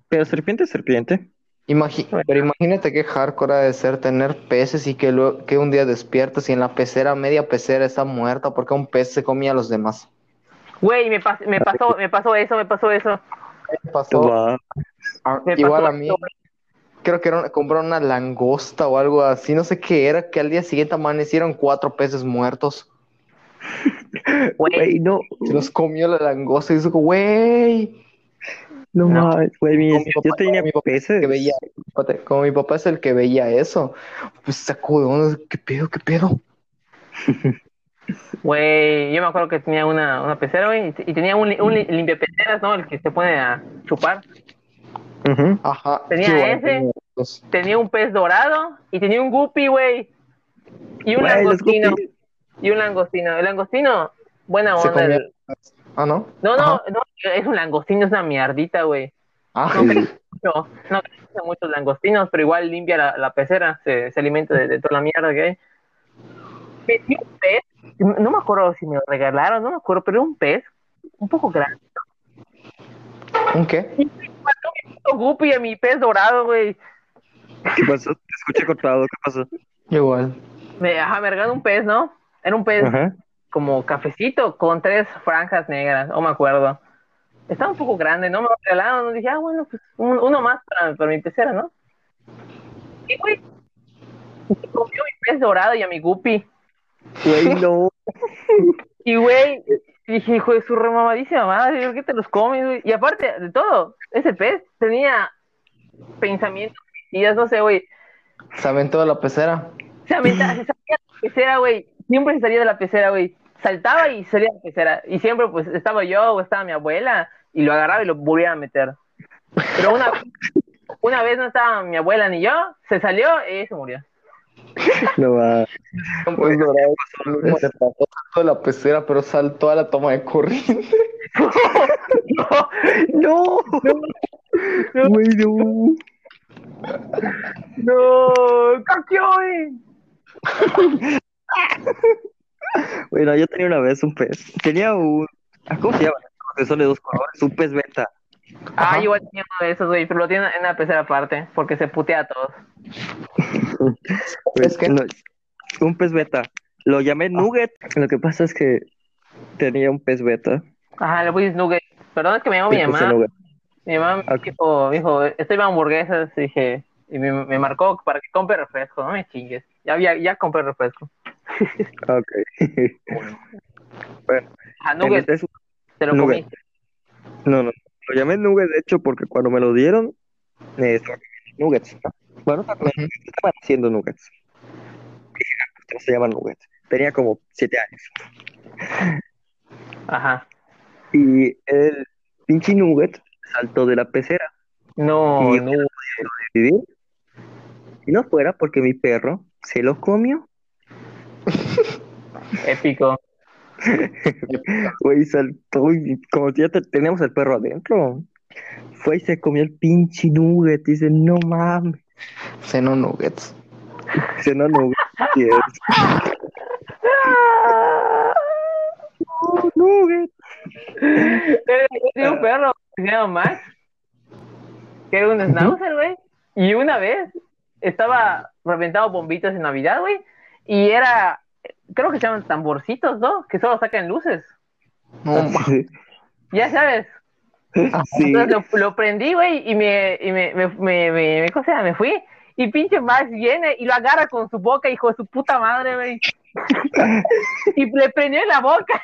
Speaker 1: Pero serpiente es serpiente.
Speaker 3: Imagi- pero imagínate qué hardcore ha de ser tener peces y que, luego, que un día despiertas y en la pecera, media pecera está muerta porque un pez se comía a los demás.
Speaker 2: Güey, me, pas- me pasó, me pasó eso, me pasó eso.
Speaker 3: Me pasó
Speaker 1: Va.
Speaker 3: a-
Speaker 2: Ah, Me
Speaker 3: igual
Speaker 2: pasó
Speaker 3: a mí.
Speaker 2: eso,
Speaker 3: Creo que era una- compraron una langosta o algo así, no sé qué era, que al día siguiente amanecieron cuatro peces muertos.
Speaker 2: Güey,
Speaker 1: Güey, no,
Speaker 3: Se los comió la langosta y dijo, güey,
Speaker 1: no
Speaker 2: No.
Speaker 1: mames, güey, mi-
Speaker 3: Con mi papá,
Speaker 1: yo tenía
Speaker 3: con mi papá,
Speaker 1: peces.
Speaker 3: que veía, Fíjate, como mi papá es el que veía eso, pues sacó de onda, qué pedo, qué pedo.
Speaker 2: Güey, yo me acuerdo que tenía una, una pecera, güey, y te- y tenía un, li- un li- limpiapeceras, ¿no? El que se pone a chupar.
Speaker 1: Ujú.
Speaker 3: Ajá.
Speaker 2: Tenía ese.
Speaker 3: tenía esos.
Speaker 2: Tenía un pez dorado y tenía un guppy, güey. Y un
Speaker 1: Güey, los
Speaker 2: langostino.
Speaker 1: guppies.
Speaker 2: Y un langostino. El langostino, buena
Speaker 3: Se
Speaker 2: onda.
Speaker 3: comía-
Speaker 2: el-
Speaker 3: Ah, ¿no?
Speaker 2: No, no,
Speaker 3: Ajá.
Speaker 2: no, es un langostino, es una mierdita, güey.
Speaker 3: Ah,
Speaker 2: No crece mucho, no crece muchos langostinos, pero igual limpia la, la pecera, se, se alimenta de, de toda la mierda que hay. Metí un pez, no me acuerdo si me lo regalaron, no me acuerdo, pero era un pez un poco grande.
Speaker 3: ¿un qué?
Speaker 2: Mató mi puto guppy a mi pez dorado, güey.
Speaker 1: ¿Qué pasó? Te escuché cortado, ¿qué pasó?
Speaker 3: Igual.
Speaker 2: Me, ajá, me regalaron un pez, ¿no? Era un pez
Speaker 1: Ajá.
Speaker 2: como cafecito con tres franjas negras, no me acuerdo. Estaba un poco grande, ¿no? Me lo regalaron, dije, ah, bueno, pues un- uno más para, para mi pecera, ¿no? Y, güey, se comió mi pez dorado y a mi guppy.
Speaker 1: Güey, no.
Speaker 2: Y, güey, dije, hijo de su remamadísima madre, ¿por qué te los comes, güey? Y aparte de todo, ese pez tenía pensamientos suicidas, no sé, güey.
Speaker 3: Se aventó de la pecera.
Speaker 2: Se aventaba, se salía de la pecera, güey. Siempre se salía de la pecera, güey. Saltaba y salía de la pecera. Y siempre, pues, estaba yo o estaba mi abuela y lo agarraba y lo volvía a meter. Pero una, una vez no estaba mi abuela ni yo, se salió y se murió.
Speaker 1: No va.
Speaker 3: Pues dorado, como le pasó, saltó de la pecera, pero saltó a la toma de corriente.
Speaker 1: No.
Speaker 2: No.
Speaker 1: Güey, no.
Speaker 2: ¡No! ¡Caqueó, güey!
Speaker 1: Bueno, yo tenía una vez un pez. Tenía un. ah, ¿Cómo se llama? Que son de dos colores. Un pez beta.
Speaker 2: Ah,
Speaker 3: Ajá.
Speaker 2: yo igual tenía uno de esos, güey, pero lo tiene en una pecera aparte, porque se putea a todos.
Speaker 3: Es que- Ah.
Speaker 1: No, un pez beta. Lo llamé Nugget. Lo que pasa es que tenía un pez beta.
Speaker 2: Ajá, le voy a decir nugget. Perdón, es que me llamo mi
Speaker 1: Le puse
Speaker 2: mamá.
Speaker 1: Nugget.
Speaker 2: Mi mamá me
Speaker 1: Ok.
Speaker 2: dijo, dijo, estoy para hamburguesas, dije, y me, me marcó para que compre refresco, no me chingues. Ya, había- ya compré refresco.
Speaker 1: Ok.
Speaker 2: Ah, nuggets,
Speaker 1: En este su-
Speaker 2: te lo
Speaker 1: nugget.
Speaker 2: comiste.
Speaker 1: No, no. Lo llamé Nuggets, de hecho, porque cuando me lo dieron, eh, estaba comiendo Nuggets. Bueno, estaba comiendo-
Speaker 3: Ujú.
Speaker 1: estaban haciendo Nuggets. Dije, ah, pues, ¿cómo se llaman Nuggets? Tenía como siete años.
Speaker 2: Ajá.
Speaker 1: Y el pinche Nugget saltó de la pecera.
Speaker 2: No,
Speaker 1: Y-
Speaker 2: no.
Speaker 1: ¿Vivir? Si no fuera porque mi perro se lo comió.
Speaker 2: Épico.
Speaker 1: Güey, saltó y como si ya te- teníamos el perro adentro. Fue y se comió el pinche nugget. Dice, no mames.
Speaker 3: Seno nuggets.
Speaker 1: Dice, no, no, y es, "No, nugget.
Speaker 2: Era un perro que se llama Max, que era un schnauzer, güey. Y una vez estaba reventado bombitas en Navidad, güey. Y era, creo que se llaman tamborcitos, ¿no? Que solo sacan luces.
Speaker 3: No, ma-
Speaker 2: Ya sabes.
Speaker 1: Sí,
Speaker 2: Entonces lo, lo prendí, güey, y me, y me, me, me, me, me- ¿cómo se llama? me fui. Y pinche Max viene y lo agarra con su boca, hijo de su puta madre, güey. y le prendió en la boca.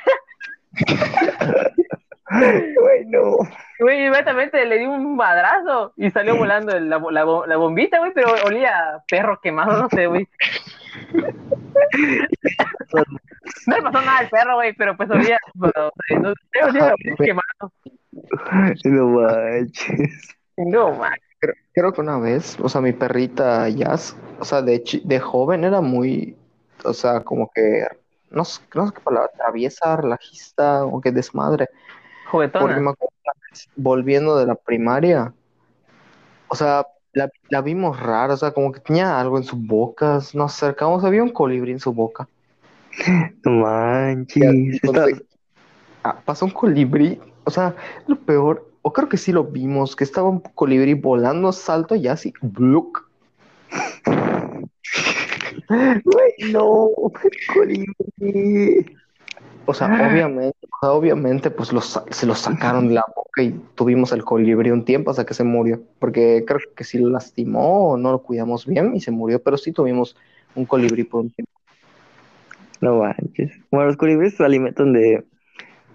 Speaker 1: bueno.
Speaker 2: Güey, inmediatamente le di un madrazo y salió volando la, la, la bombita, güey, pero olía a perro quemado, no sé, güey. No le pasó nada al perro, güey, pero pues olía, pero, eh, no sé, olía a perro quemado.
Speaker 1: No manches.
Speaker 2: No, man.
Speaker 3: creo, creo que una vez, o sea, mi perrita Jazz, o sea, de, chi- de joven era muy, o sea, como que, no sé, no sé qué palabra, traviesa, relajista, o que desmadre. Porque
Speaker 2: Juguetona.
Speaker 3: me acuerdo una vez, volviendo de la primaria, o sea, la, la vimos rara, o sea, como que tenía algo en su boca, nos acercamos, había un colibrí en su boca.
Speaker 1: No manches. Está-
Speaker 3: Entonces, ah, pasó un colibrí, o sea, lo peor, o creo que sí lo vimos, que estaba un colibrí volando, salto y así, ¡bluc!
Speaker 1: Güey, no. Colibrí.
Speaker 3: O sea, obviamente, o sea, obviamente, pues lo sa- se lo sacaron de la boca y tuvimos el colibrí un tiempo hasta que se murió, porque creo que sí lo lastimó o no lo cuidamos bien y se murió, pero sí tuvimos un colibrí por un tiempo.
Speaker 1: No manches. Bueno, los colibríes se alimentan de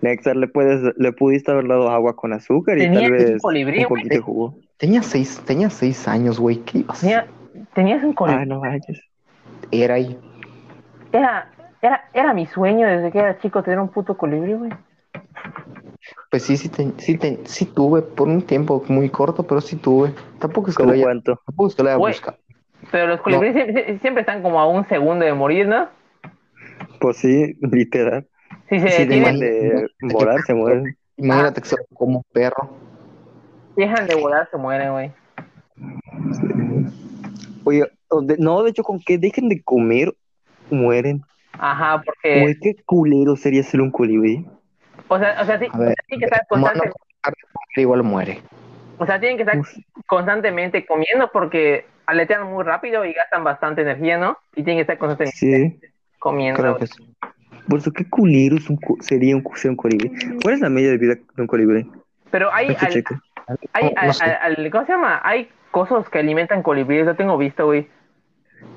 Speaker 1: néctar. Le, puedes, le pudiste haber dado agua con azúcar y
Speaker 2: Tenía
Speaker 1: tal
Speaker 2: un
Speaker 1: vez
Speaker 2: colibrí,
Speaker 1: un
Speaker 2: güey.
Speaker 1: poquito de jugo.
Speaker 3: Tenía seis, tenía seis años, güey, ¿qué ibas?
Speaker 2: Tenía- Tenías un colibrí.
Speaker 1: Ay, Ah, no manches.
Speaker 3: Era ahí.
Speaker 2: Era, era, era mi sueño desde que era chico tener un puto colibrí, güey.
Speaker 3: Pues sí, sí, ten- sí, ten- sí tuve por un tiempo muy corto, pero sí tuve. Tampoco es que lo
Speaker 1: ¿Cómo
Speaker 3: haya,
Speaker 1: cuánto?
Speaker 3: tampoco es que lo haya
Speaker 2: Güey.
Speaker 3: buscado.
Speaker 2: Pero los colibríes siempre, siempre están como a un segundo de morir, ¿no?
Speaker 1: Pues sí, literal.
Speaker 2: Si se
Speaker 1: Si dejan
Speaker 2: detienen,
Speaker 1: de volar, se mueren.
Speaker 2: ah.
Speaker 3: Imagínate que solo como perro.
Speaker 2: dejan de volar, se mueren, güey.
Speaker 1: Oye, o de- no, de hecho, con que dejen de comer, mueren.
Speaker 2: Ajá, porque,
Speaker 1: Güey, qué culero sería ser un colibrí.
Speaker 2: o sea, o sea, sí,
Speaker 3: A ver,
Speaker 2: o sea, tienen que estar
Speaker 3: Humano,
Speaker 2: constantemente,
Speaker 3: igual muere.
Speaker 2: o sea, tienen que estar
Speaker 1: Uf.
Speaker 2: constantemente comiendo porque aletean muy rápido y gastan bastante energía, ¿no? Y tienen que estar constantemente
Speaker 1: Sí.
Speaker 2: comiendo.
Speaker 3: Creo
Speaker 2: güey.
Speaker 3: que sí.
Speaker 1: Por eso, qué culero es un co- sería un, ser un colibrí. ¿Cuál es la media de vida de un colibrí?
Speaker 2: Pero hay,
Speaker 1: Ahorita
Speaker 2: al-
Speaker 1: checo.
Speaker 2: hay,
Speaker 3: No, no sé.
Speaker 2: al- al- ¿cómo se llama? Hay cosas que alimentan colibríes, yo tengo visto, güey.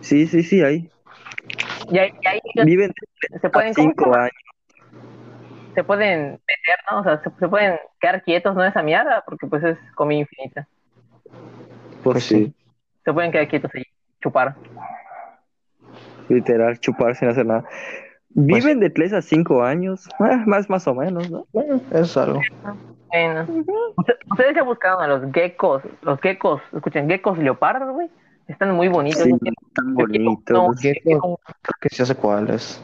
Speaker 1: Sí, sí, sí, hay.
Speaker 2: Y ahí, y ahí
Speaker 1: Viven
Speaker 2: se pueden... ¿cómo se
Speaker 1: cinco
Speaker 2: llama?
Speaker 1: años.
Speaker 2: se pueden meter, ¿no? O sea, se, se pueden quedar quietos, ¿no? Esa mierda, porque pues es comida infinita.
Speaker 1: Pues sí,
Speaker 2: Se pueden quedar quietos ahí, chupar.
Speaker 1: literal, chupar sin hacer nada. Viven de 3 a 5 años, ah, más, más o menos, ¿no?
Speaker 3: Bueno, eso es algo.
Speaker 2: Bueno. Usted- Ustedes ya buscaron a los geckos, los geckos, escuchen, geckos y leopardos, güey. Están muy bonitos.
Speaker 1: Sí,
Speaker 2: Yo quiero-
Speaker 1: tan
Speaker 2: yo quiero
Speaker 1: bonitos.
Speaker 2: unos geckos.
Speaker 3: Creo que sí hace cuáles.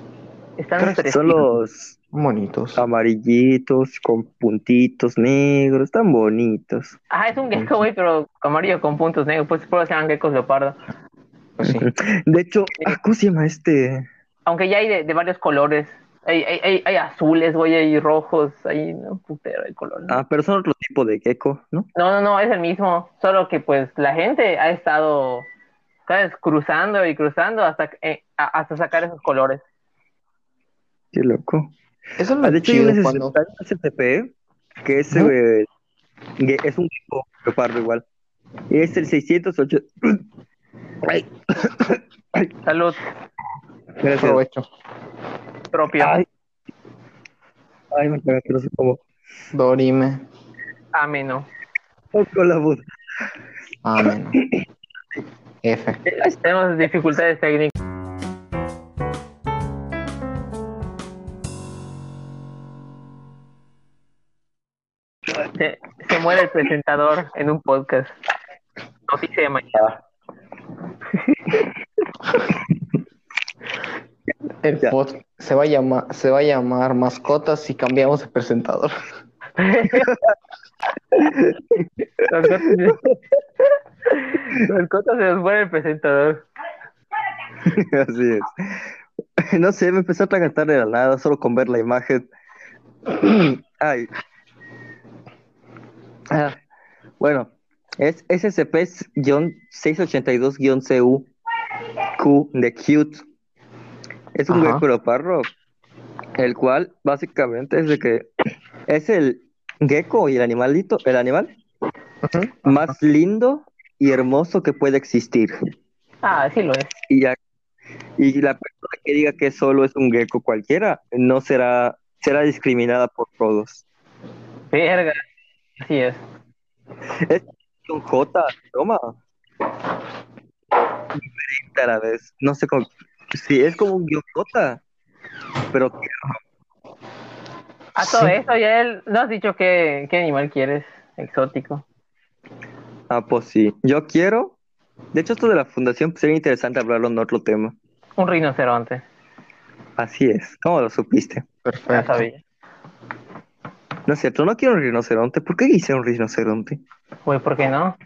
Speaker 2: Están
Speaker 1: Creo que
Speaker 2: tres-
Speaker 1: Son los
Speaker 3: Bonitos.
Speaker 1: Ah, amarillitos con puntitos negros, tan bonitos.
Speaker 2: Ajá, Ah, es un gecko, güey, pero amarillo con puntos negros. Pues por eso se llaman geckos leopardo.
Speaker 3: Pues sí.
Speaker 1: De hecho, ah, ¿cómo se llama este?
Speaker 2: Aunque ya hay de, de varios colores. Hay, hay, hay, hay azules, güey, hay rojos, hay un putero de colores.
Speaker 1: Ah, pero son otro tipo de gecko, ¿no?
Speaker 2: No, no, no, es el mismo. Solo que pues la gente ha estado, ¿sabes? Cruzando y cruzando hasta, eh, a- hasta sacar esos colores.
Speaker 1: Qué loco.
Speaker 3: Eso es
Speaker 1: Ah,
Speaker 3: lo
Speaker 1: de hecho, hay
Speaker 3: chido
Speaker 1: un
Speaker 3: cuando...
Speaker 1: SCP, que es
Speaker 3: Ujú.
Speaker 1: eh, Ge- Es un gecko leopardo igual. Es el 608. Ay,
Speaker 2: Salud
Speaker 1: gracias.
Speaker 3: Aprovecho.
Speaker 2: propio.
Speaker 1: Ay, Ay, me cagaste, no sé cómo.
Speaker 3: Dorime.
Speaker 2: Ameno.
Speaker 1: Con la voz.
Speaker 3: Amén. F.
Speaker 2: Eh, Tenemos dificultades técnicas. Se, se muere el presentador en un podcast. Noticia de mañana.
Speaker 3: El
Speaker 1: Ya.
Speaker 3: pod se va, a llamar, se va a llamar mascotas y cambiamos de presentador.
Speaker 2: Los cotos- Los cotos se nos muere el presentador.
Speaker 1: Así es. No sé, me empecé a tragantar de la nada solo con ver la imagen. Ay. Ah, bueno, es SCP-682-CU Q de Cute. Es un
Speaker 3: Ajá.
Speaker 1: hueco leopardo, el cual básicamente es de que es el gecko y el animalito, el animal
Speaker 3: Ujú.
Speaker 1: más lindo y hermoso que puede existir.
Speaker 2: Ah, sí lo es.
Speaker 1: Y, ya- y la persona que diga que solo es un gecko cualquiera no será, será discriminada por todos.
Speaker 2: Verga. Así es.
Speaker 1: Con J, toma. Diferente a la vez. No sé cómo. Sí, es como un guión J. Pero
Speaker 2: A todo
Speaker 3: Sí.
Speaker 2: eso, ya él, no has dicho qué, qué animal quieres exótico.
Speaker 1: Ah, pues sí. Yo quiero. De hecho, esto de la fundación pues, sería interesante hablarlo en otro tema.
Speaker 2: Un rinoceronte.
Speaker 1: Así es. ¿Cómo lo supiste?
Speaker 2: Ya
Speaker 3: Perfecto.
Speaker 2: sabía.
Speaker 1: No es cierto, no quiero un rinoceronte. ¿Por qué hice un rinoceronte?
Speaker 2: Güey, ¿por qué no?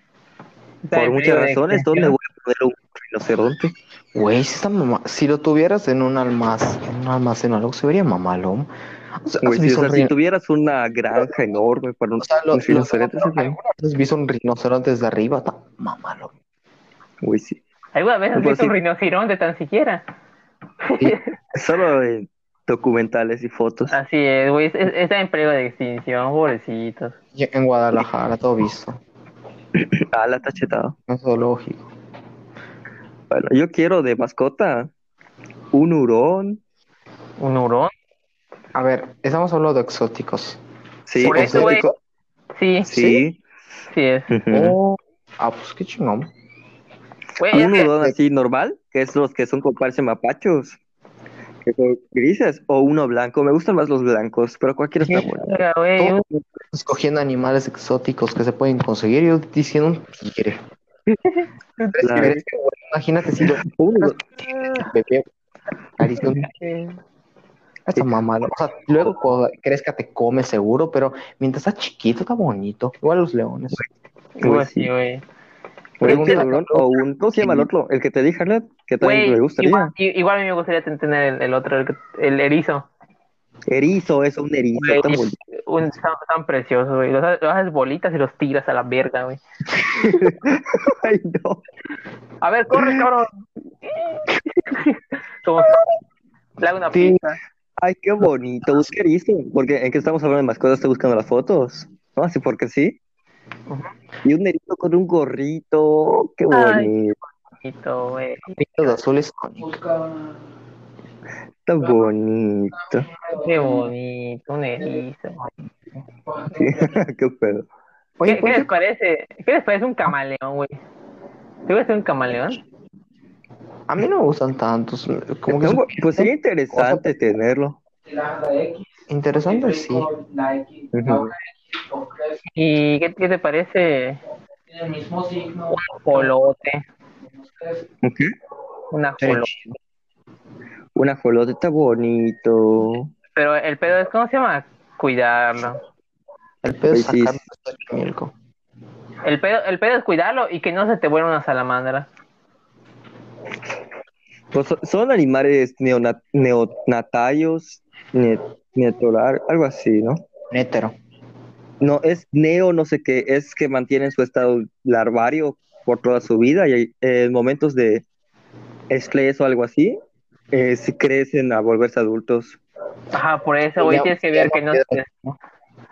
Speaker 2: Está
Speaker 1: Por
Speaker 2: en
Speaker 1: muchas
Speaker 2: peligro de
Speaker 1: razones, ¿dónde
Speaker 2: extinción.
Speaker 1: voy a poner un rinoceronte?
Speaker 3: Güey, si, está mama- si lo tuvieras en un almacén, en un almacén o algo, se vería mamalón. O sea, ¿has
Speaker 1: Güey, si,
Speaker 3: visto
Speaker 1: o sea,
Speaker 3: un
Speaker 1: si
Speaker 3: rin-
Speaker 1: tuvieras una granja enorme para un,
Speaker 3: o sea, lo-
Speaker 1: un
Speaker 3: los-
Speaker 1: rinoceronte, sí,
Speaker 3: ¿alguna vez has visto un rinoceronte desde arriba? Está mamalón.
Speaker 1: güey, sí.
Speaker 2: ¿Alguna vez has
Speaker 1: Pues
Speaker 2: visto un
Speaker 1: sí.
Speaker 2: rinoceronte tan siquiera?
Speaker 1: Solo en documentales y fotos.
Speaker 2: Así es, güey. es- es- Está en peligro de extinción, pobrecitos.
Speaker 3: Y En Guadalajara, todo visto.
Speaker 1: Ah, la está chetada.
Speaker 3: No es zoológico.
Speaker 1: Bueno, yo quiero de mascota un hurón.
Speaker 2: ¿Un hurón?
Speaker 3: A ver, estamos hablando de exóticos.
Speaker 1: Sí,
Speaker 2: Por eso, güey.
Speaker 3: exótico.
Speaker 2: Sí, sí,
Speaker 1: Sí.
Speaker 2: es.
Speaker 1: Ujú.
Speaker 3: Oh, ah, pues qué chingón.
Speaker 2: Güey, es
Speaker 1: un
Speaker 2: que-
Speaker 1: hurón así normal, que es los que son con parche mapachos, que son grises, o uno blanco. Me gustan más los blancos, pero cualquiera está bueno.
Speaker 2: Verga, güey, un-
Speaker 3: Todo escogiendo animales exóticos que se pueden conseguir. Yo diciendo un tigre.
Speaker 1: Claro.
Speaker 3: Pero es que, güey, imagínate si lo
Speaker 1: Un hurón-
Speaker 3: bebé acaricia un
Speaker 1: Pues
Speaker 3: Esa mamada. O sea, luego cuando crezca te come seguro, pero mientras está chiquito está bonito. Igual los leones.
Speaker 1: Güey,
Speaker 2: Pues sí,
Speaker 1: sí.
Speaker 2: güey.
Speaker 1: Güey,
Speaker 3: Pregunta-
Speaker 1: un hurón o un. ¿Cómo se llama el otro? El que te dije, Arlet, que también
Speaker 2: Güey,
Speaker 1: me gustaría.
Speaker 2: igual, i- igual a mí me gustaría tener el, el otro, el, que- el erizo.
Speaker 1: Erizo, es un erizo.
Speaker 2: Güey,
Speaker 1: tan bonito.
Speaker 2: un, tan, tan precioso, güey. Los, ha- los haces bolitas y los tiras a la verga, güey.
Speaker 1: Ay, no.
Speaker 2: A ver, corre, cabrón. Como le hago una
Speaker 3: Sí.
Speaker 2: pizza.
Speaker 1: Ay, qué bonito. Busca erizo. Porque en que estamos hablando de mascotas, estoy buscando las fotos. No, así porque sí.
Speaker 2: Ujú.
Speaker 1: Y un erizo con un gorrito. Qué
Speaker 2: Ay.
Speaker 1: bonito.
Speaker 2: Y todo, güey.
Speaker 3: Pintos azules con
Speaker 1: Tan bonito.
Speaker 2: Qué bonito, un erizo.
Speaker 1: Sí, qué pedo.
Speaker 3: Oye,
Speaker 2: ¿Qué, qué
Speaker 3: ¿por
Speaker 2: les
Speaker 3: qué?
Speaker 2: parece? ¿Qué les parece un camaleón, güey? ¿Te gusta un camaleón?
Speaker 3: A mí no me gustan tantos. Como que
Speaker 1: Está
Speaker 3: son
Speaker 1: bu- pues sería interesante tenerlo.
Speaker 3: interesantes, sí.
Speaker 1: Ujú.
Speaker 2: ¿Y qué, qué te parece
Speaker 4: Tiene el mismo signo.
Speaker 2: un jolote?
Speaker 1: ¿Un qué?
Speaker 2: Una
Speaker 3: Pero
Speaker 2: jolote.
Speaker 3: chido.
Speaker 1: Un ajolote está bonito.
Speaker 2: Pero el pedo es, ¿cómo se llama? Cuidarlo.
Speaker 3: El pedo
Speaker 1: Oye,
Speaker 3: es
Speaker 1: sí.
Speaker 3: sacarlo de Xochimilco.
Speaker 2: El pedo, el pedo es cuidarlo y que no se te vuelva una salamandra.
Speaker 1: Pues so- son animales neonat neonatarios, ne- neotolar, algo así, ¿no?
Speaker 3: Nétero.
Speaker 1: No, es neo, no sé qué, es que mantienen su estado larvario por toda su vida y hay- en momentos de estrés o algo así, eh, sí crecen a volverse adultos.
Speaker 2: Ajá, por eso, güey,
Speaker 3: Ya-
Speaker 2: tienes que
Speaker 3: ya
Speaker 2: ver
Speaker 3: no
Speaker 2: que no
Speaker 3: queda.
Speaker 2: se...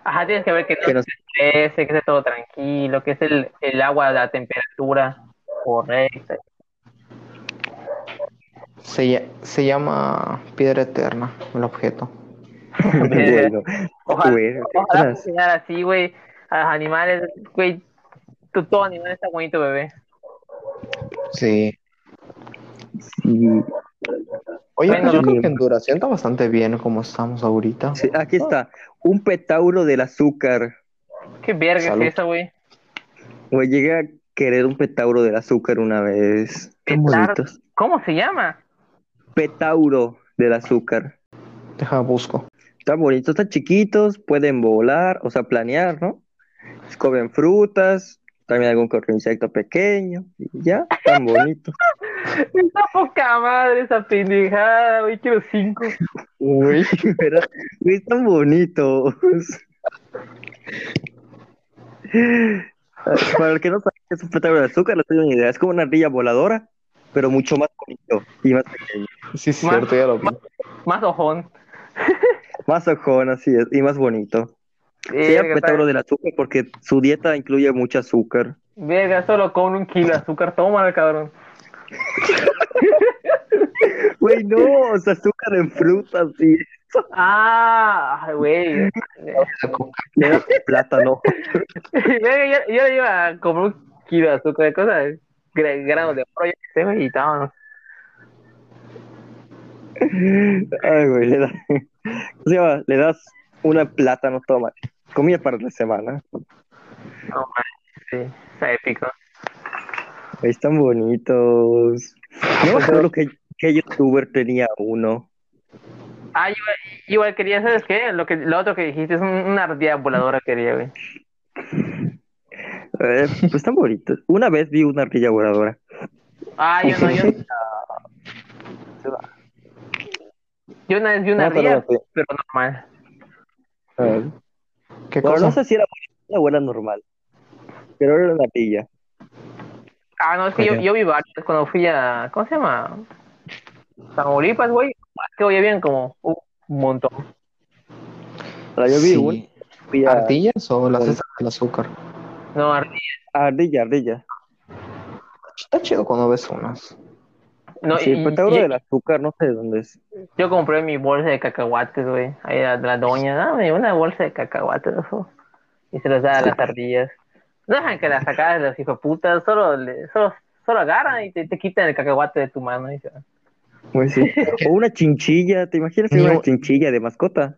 Speaker 2: Ajá, tienes que ver que no
Speaker 1: Que no
Speaker 2: se estrese, que esté todo tranquilo, que es el, el agua a la temperatura correcta.
Speaker 3: Se, lla- se llama piedra eterna, el objeto.
Speaker 1: Bueno,
Speaker 2: Ojalá-
Speaker 1: bueno, ¿qué
Speaker 2: Ojalá
Speaker 1: más?
Speaker 2: funcionara así, güey, a los animales, güey. tú- Todo animal está bonito, bebé.
Speaker 3: Sí.
Speaker 1: Sí,
Speaker 3: Oye,
Speaker 2: Bueno,
Speaker 3: pues yo
Speaker 1: sí.
Speaker 3: creo que en duración está bastante bien como estamos ahorita.
Speaker 1: sí, aquí está, un petauro del azúcar.
Speaker 2: Qué verga
Speaker 3: Salud.
Speaker 2: es eso, güey.
Speaker 1: Güey, llegué a querer un petauro del azúcar una vez. Qué
Speaker 2: Petar-
Speaker 1: bonitos.
Speaker 2: ¿Cómo se llama?
Speaker 1: Petauro del azúcar.
Speaker 3: Deja, busco.
Speaker 1: Están bonitos, están chiquitos, pueden volar, o sea, planear, ¿no? Comen frutas, también algún que otro insecto pequeño, y ya, tan bonitos.
Speaker 2: Esa poca madre, esa pendejada, güey. Quiero cinco.
Speaker 1: Uy, pero güey, tan bonitos. Para el que no sabe qué es un pétalo de azúcar, no tengo ni idea. Es como una ardilla voladora, pero mucho más bonito y más pequeño.
Speaker 3: Sí, es
Speaker 2: Más-
Speaker 3: cierto, ya lo vi.
Speaker 2: Más ojón.
Speaker 1: Más ojón, así es, y más bonito. Se llama
Speaker 2: Verga,
Speaker 1: pétalo del azúcar porque su dieta incluye mucho azúcar.
Speaker 2: Verga, solo con un kilo de azúcar. Tómala, cabrón.
Speaker 1: Güey, no, es azúcar en frutas, sí.
Speaker 2: Ah, ay, güey.
Speaker 1: Le das plátano.
Speaker 2: Verga, yo, yo le iba a comprar un kilo de azúcar de cosas. gra- Granos de oro, yo qué sé, güey. Y estábamos.
Speaker 1: Ay, güey, le das. ¿Cómo se llama? Le das una plátano, toma. Comida para la semana.
Speaker 2: No manches, sí. Está épico.
Speaker 1: Ahí están bonitos. No me acuerdo que, que youtuber tenía uno.
Speaker 2: Ah, yo- igual, quería, ¿sabes qué? Lo, que, lo otro que dijiste es un- una ardilla voladora quería, güey.
Speaker 1: Eh, pues están bonitos. Una vez vi una ardilla voladora.
Speaker 2: Ah, yo no, yo Yo una vez vi una
Speaker 1: No, pero
Speaker 2: ardilla,
Speaker 1: no sé.
Speaker 2: pero normal.
Speaker 1: Eh,
Speaker 3: ¿Qué
Speaker 1: bueno, no
Speaker 3: cosa?
Speaker 1: sé si era una buena normal. Pero era una ardilla.
Speaker 2: Ah, no, es que yo,
Speaker 3: Ok.
Speaker 2: yo vi varias cuando fui a. ¿Cómo se llama? Tamaulipas, güey. Es que hoy habían como un montón.
Speaker 1: O sea, yo vi
Speaker 3: Sí.
Speaker 1: una. vi a-
Speaker 3: ¿Ardillas o las
Speaker 1: Bueno.
Speaker 3: esas del azúcar?
Speaker 2: No, ardilla.
Speaker 1: Ardilla, ardilla.
Speaker 3: Está chido cuando ves unas.
Speaker 2: No,
Speaker 1: sí,
Speaker 2: y-
Speaker 1: el petauro
Speaker 2: y-
Speaker 1: del azúcar, no sé de dónde es.
Speaker 2: Yo compré mi bolsa de cacahuates, güey. Ahí la, la doña, dame una bolsa de cacahuates, ojo. Y se los da a las ardillas. No dejan que las sacadas los hijos de puta, solo, le- solo, solo agarran y te, te quitan el cacahuate de tu mano. Y se van.
Speaker 1: Pues sí. O una chinchilla, ¿te imaginas
Speaker 3: Ni
Speaker 1: una
Speaker 3: un-
Speaker 1: chinchilla de mascota?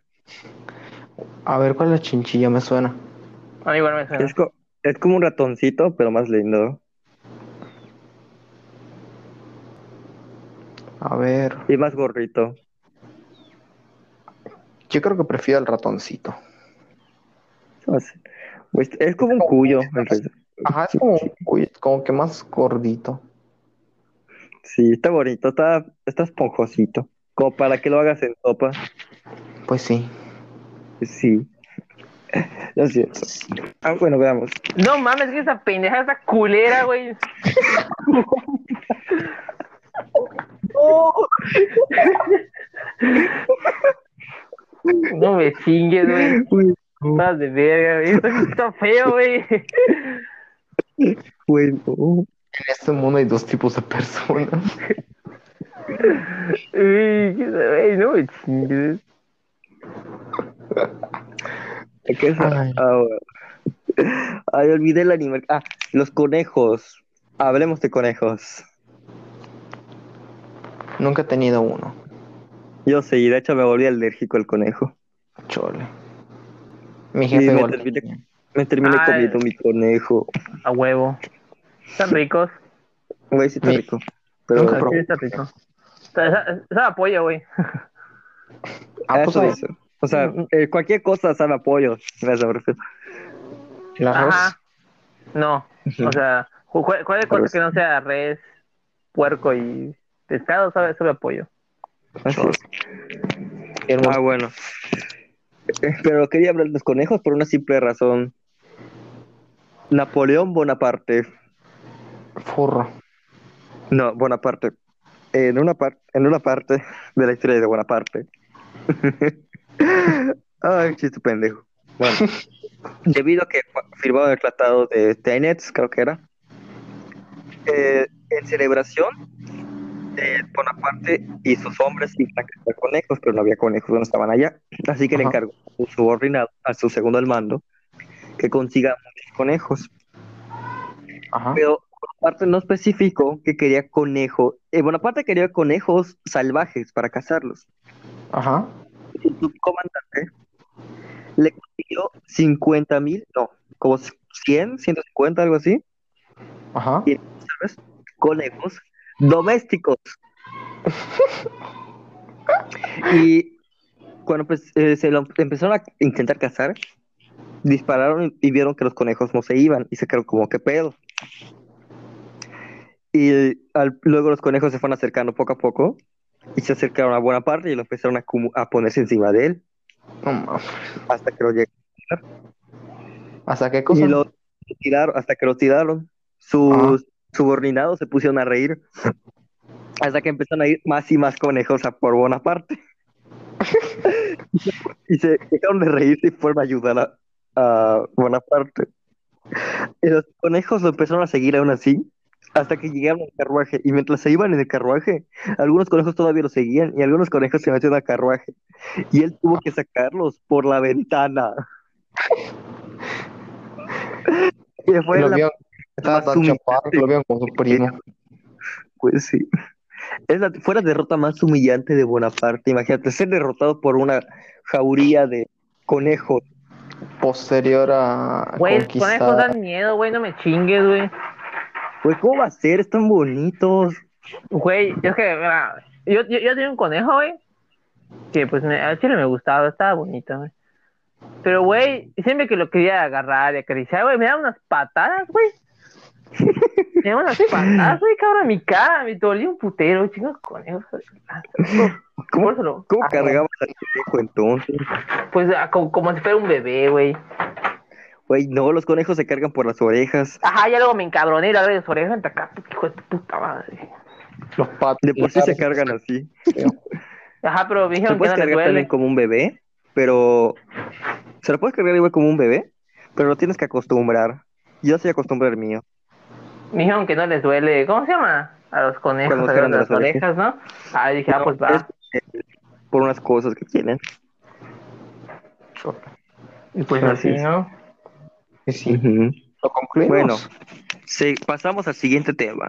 Speaker 3: A ver, ¿cuál es la chinchilla? Me suena.
Speaker 2: A mí igual me suena.
Speaker 1: Es, co- es como un ratoncito, pero más lindo.
Speaker 3: A ver.
Speaker 1: Y más gorrito.
Speaker 3: Yo creo que prefiero el ratoncito.
Speaker 1: No sé. Pues es como un cuyo. en realidad.
Speaker 3: Ajá, es como, uy, como que más gordito.
Speaker 1: Sí, está bonito, está, está esponjosito. Como para que lo hagas en sopa.
Speaker 3: Pues sí.
Speaker 1: Sí. No es cierto. Ah, bueno, veamos.
Speaker 2: No mames, que esa pendeja, esa culera, güey.
Speaker 3: Oh.
Speaker 2: No me chingues, güey.
Speaker 1: Uy,
Speaker 2: Estás de verga, güey. Esto está feo, güey.
Speaker 1: bueno.
Speaker 3: En este mundo hay dos tipos de personas.
Speaker 2: Uy, qué- güey, no me chingues.
Speaker 1: ¿Qué es?
Speaker 3: Ay.
Speaker 1: Ahora. Ay, olvidé el animal. Ah, los conejos. Hablemos de conejos.
Speaker 3: Nunca he tenido uno.
Speaker 1: Yo sí, de hecho me volví alérgico al conejo.
Speaker 3: Chole. Mi
Speaker 1: Y
Speaker 3: jefe
Speaker 1: me
Speaker 3: igual
Speaker 1: terminé-
Speaker 3: tenía.
Speaker 1: Me terminé
Speaker 2: Ay.
Speaker 1: comiendo mi conejo.
Speaker 2: A huevo. Están ricos.
Speaker 1: Güey, sí está
Speaker 3: Mi-
Speaker 1: rico. Pero
Speaker 3: Nunca
Speaker 1: bueno,
Speaker 3: probé.
Speaker 2: Sí, está rico. Está, está- está a pollo, güey.
Speaker 3: Ah,
Speaker 1: eso
Speaker 3: pues,
Speaker 1: dice. O sea, eh, cualquier cosa sabe apoyo. Gracias, me refiero.
Speaker 3: el arroz.
Speaker 2: Ajá. No. O sea, cu- cu- cualquier cosa
Speaker 1: Arroz.
Speaker 2: que no sea res, puerco y pescado sabe, sabe a pollo.
Speaker 1: Así es.
Speaker 3: Y el
Speaker 1: Ah, bueno. Eh, Pero quería hablar de los conejos por una simple razón. Napoleón Bonaparte.
Speaker 3: furro.
Speaker 1: No, Bonaparte. En una, par- en una parte de la historia de Bonaparte. Ay, chiste pendejo. Bueno, debido a que firmaron el tratado de Tenet, creo que era, eh, en celebración, eh, Bonaparte y sus hombres iban a cazar conejos, pero no había conejos cuando estaban allá. Así que le
Speaker 3: Ajá.
Speaker 1: encargó a su subordinado, a su segundo al mando, que consiga muchos conejos.
Speaker 3: Ajá.
Speaker 1: Pero Bonaparte no especificó que quería conejo. Eh, Bonaparte quería conejos salvajes para cazarlos.
Speaker 3: Ajá.
Speaker 1: Su subcomandante le consiguió 50 mil, no, como 100, 150, algo así,
Speaker 3: Ajá.
Speaker 1: Y- ¿sabes? Conejos domésticos. y cuando pues, eh, se lo empezaron a intentar cazar, dispararon y, y vieron que los conejos no se iban y se quedaron como que pedo. Y al- luego los conejos se fueron acercando poco a poco y se acercaron a buena parte y lo empezaron a, acumu- a ponerse encima de él
Speaker 3: No mames.
Speaker 1: hasta que lo llegaron.
Speaker 3: ¿Hasta qué cosa?
Speaker 1: Y lo tiraron, hasta que lo tiraron. Sus
Speaker 3: Ah.
Speaker 1: subordinados se pusieron a reír. Hasta que empezaron a ir más y más conejos a por Bonaparte. y se dejaron de reír y fueron a ayudar a, a Bonaparte. Y los conejos lo empezaron a seguir aún así. Hasta que llegaron al carruaje. Y mientras se iban en el carruaje, algunos conejos todavía lo seguían. Y algunos conejos se metieron al carruaje. Y él tuvo que sacarlos por la ventana. y fue
Speaker 3: Lo
Speaker 1: la
Speaker 3: vieron- Estaba
Speaker 1: más
Speaker 3: tan
Speaker 1: humillante.
Speaker 3: chapado que lo vieron como su primo.
Speaker 1: Pues sí. Es la, fue la derrota más humillante de Bonaparte. Imagínate, ser derrotado por una jauría de conejos.
Speaker 3: Posterior
Speaker 1: Ah,
Speaker 3: a
Speaker 2: Güey, los conejos
Speaker 3: conquistar.
Speaker 2: dan miedo, güey, no me chingues, güey.
Speaker 1: Pues, ¿cómo va a ser? Están bonitos.
Speaker 2: Güey, es que, mira, yo, yo, yo tenía un conejo, güey, que pues me, al chile me gustaba, estaba bonito, güey. Pero, güey, siempre que lo quería agarrar y acariciar, güey, me daba unas patadas, güey. me daba unas patadas, güey, cabrón, a mi cara, me dolía un putero, chingos conejos. güey.
Speaker 1: ¿Cómo,
Speaker 2: Ah, Por eso lo-
Speaker 1: cómo
Speaker 2: ah,
Speaker 1: cargabas al conejo entonces?
Speaker 2: Pues ah, como, como si fuera un bebé, güey.
Speaker 1: Güey, no, los conejos se cargan por las orejas.
Speaker 2: Ajá, ya luego me encabroné y la de su oreja, vente acá, puto hijo de tu puta madre.
Speaker 3: Los patos.
Speaker 1: De por sí se cargan así.
Speaker 2: Ajá, pero me
Speaker 1: Se
Speaker 2: dijeron que
Speaker 1: puedes
Speaker 2: no le
Speaker 1: cargar también
Speaker 2: duele.
Speaker 1: como un bebé, pero. Se lo puedes cargar igual como un bebé, pero lo tienes que acostumbrar. Yo sí acostumbré al mío.
Speaker 2: Me dijeron que no les duele. ¿Cómo se llama? A los conejos,
Speaker 1: Cuando
Speaker 2: a las,
Speaker 1: sacan de las
Speaker 2: orejas, ¿no? Ah, dije, ah, pues va.
Speaker 1: Por unas cosas que tienen.
Speaker 2: Y pues
Speaker 1: así
Speaker 2: así,
Speaker 1: es.
Speaker 2: ¿no?
Speaker 3: Sí, sí.
Speaker 1: Ujú.
Speaker 3: Lo concluimos.
Speaker 1: Bueno, sí, pasamos al siguiente tema.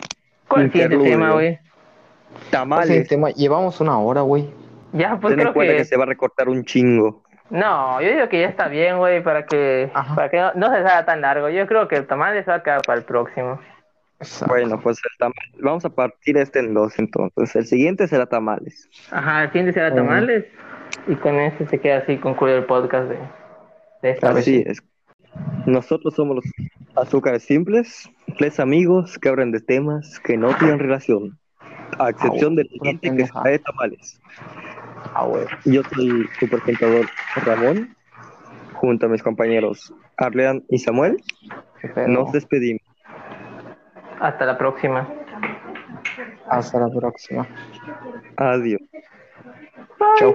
Speaker 2: ¿Cuál es el siguiente
Speaker 1: Interludio.
Speaker 2: tema, güey?
Speaker 3: Ese
Speaker 1: Tamales.
Speaker 3: tema. Llevamos una hora, güey.
Speaker 2: Ya, pues
Speaker 1: Ten en
Speaker 2: creo
Speaker 1: cuenta
Speaker 2: que...
Speaker 1: que... se va a recortar un chingo.
Speaker 2: No, yo digo que ya está bien, güey, para que,
Speaker 3: Ajá.
Speaker 2: para que no, no se sea tan largo. Yo creo que el tamal se va a quedar para el próximo.
Speaker 3: Exacto.
Speaker 1: Bueno, pues el tamal- vamos a partir este en dos entonces. El siguiente será tamales.
Speaker 2: Ajá, el siguiente será
Speaker 1: Mm.
Speaker 3: Ajá.
Speaker 2: tamales. Y con ese se queda así concluido el podcast de, de esta vez.
Speaker 1: Así es. Nosotros somos los azúcares simples, tres amigos que hablan de temas que no tienen relación, a excepción
Speaker 3: Au,
Speaker 1: del
Speaker 3: una
Speaker 1: siguiente que
Speaker 3: pendeja.
Speaker 1: será de tamales.
Speaker 3: Ah, güey.
Speaker 1: Yo soy su presentador Ramón, junto a mis compañeros Arlean y Samuel.
Speaker 3: Qué pedo.
Speaker 1: Nos despedimos.
Speaker 2: Hasta la próxima.
Speaker 3: Hasta la próxima.
Speaker 1: Adiós.
Speaker 3: Chao.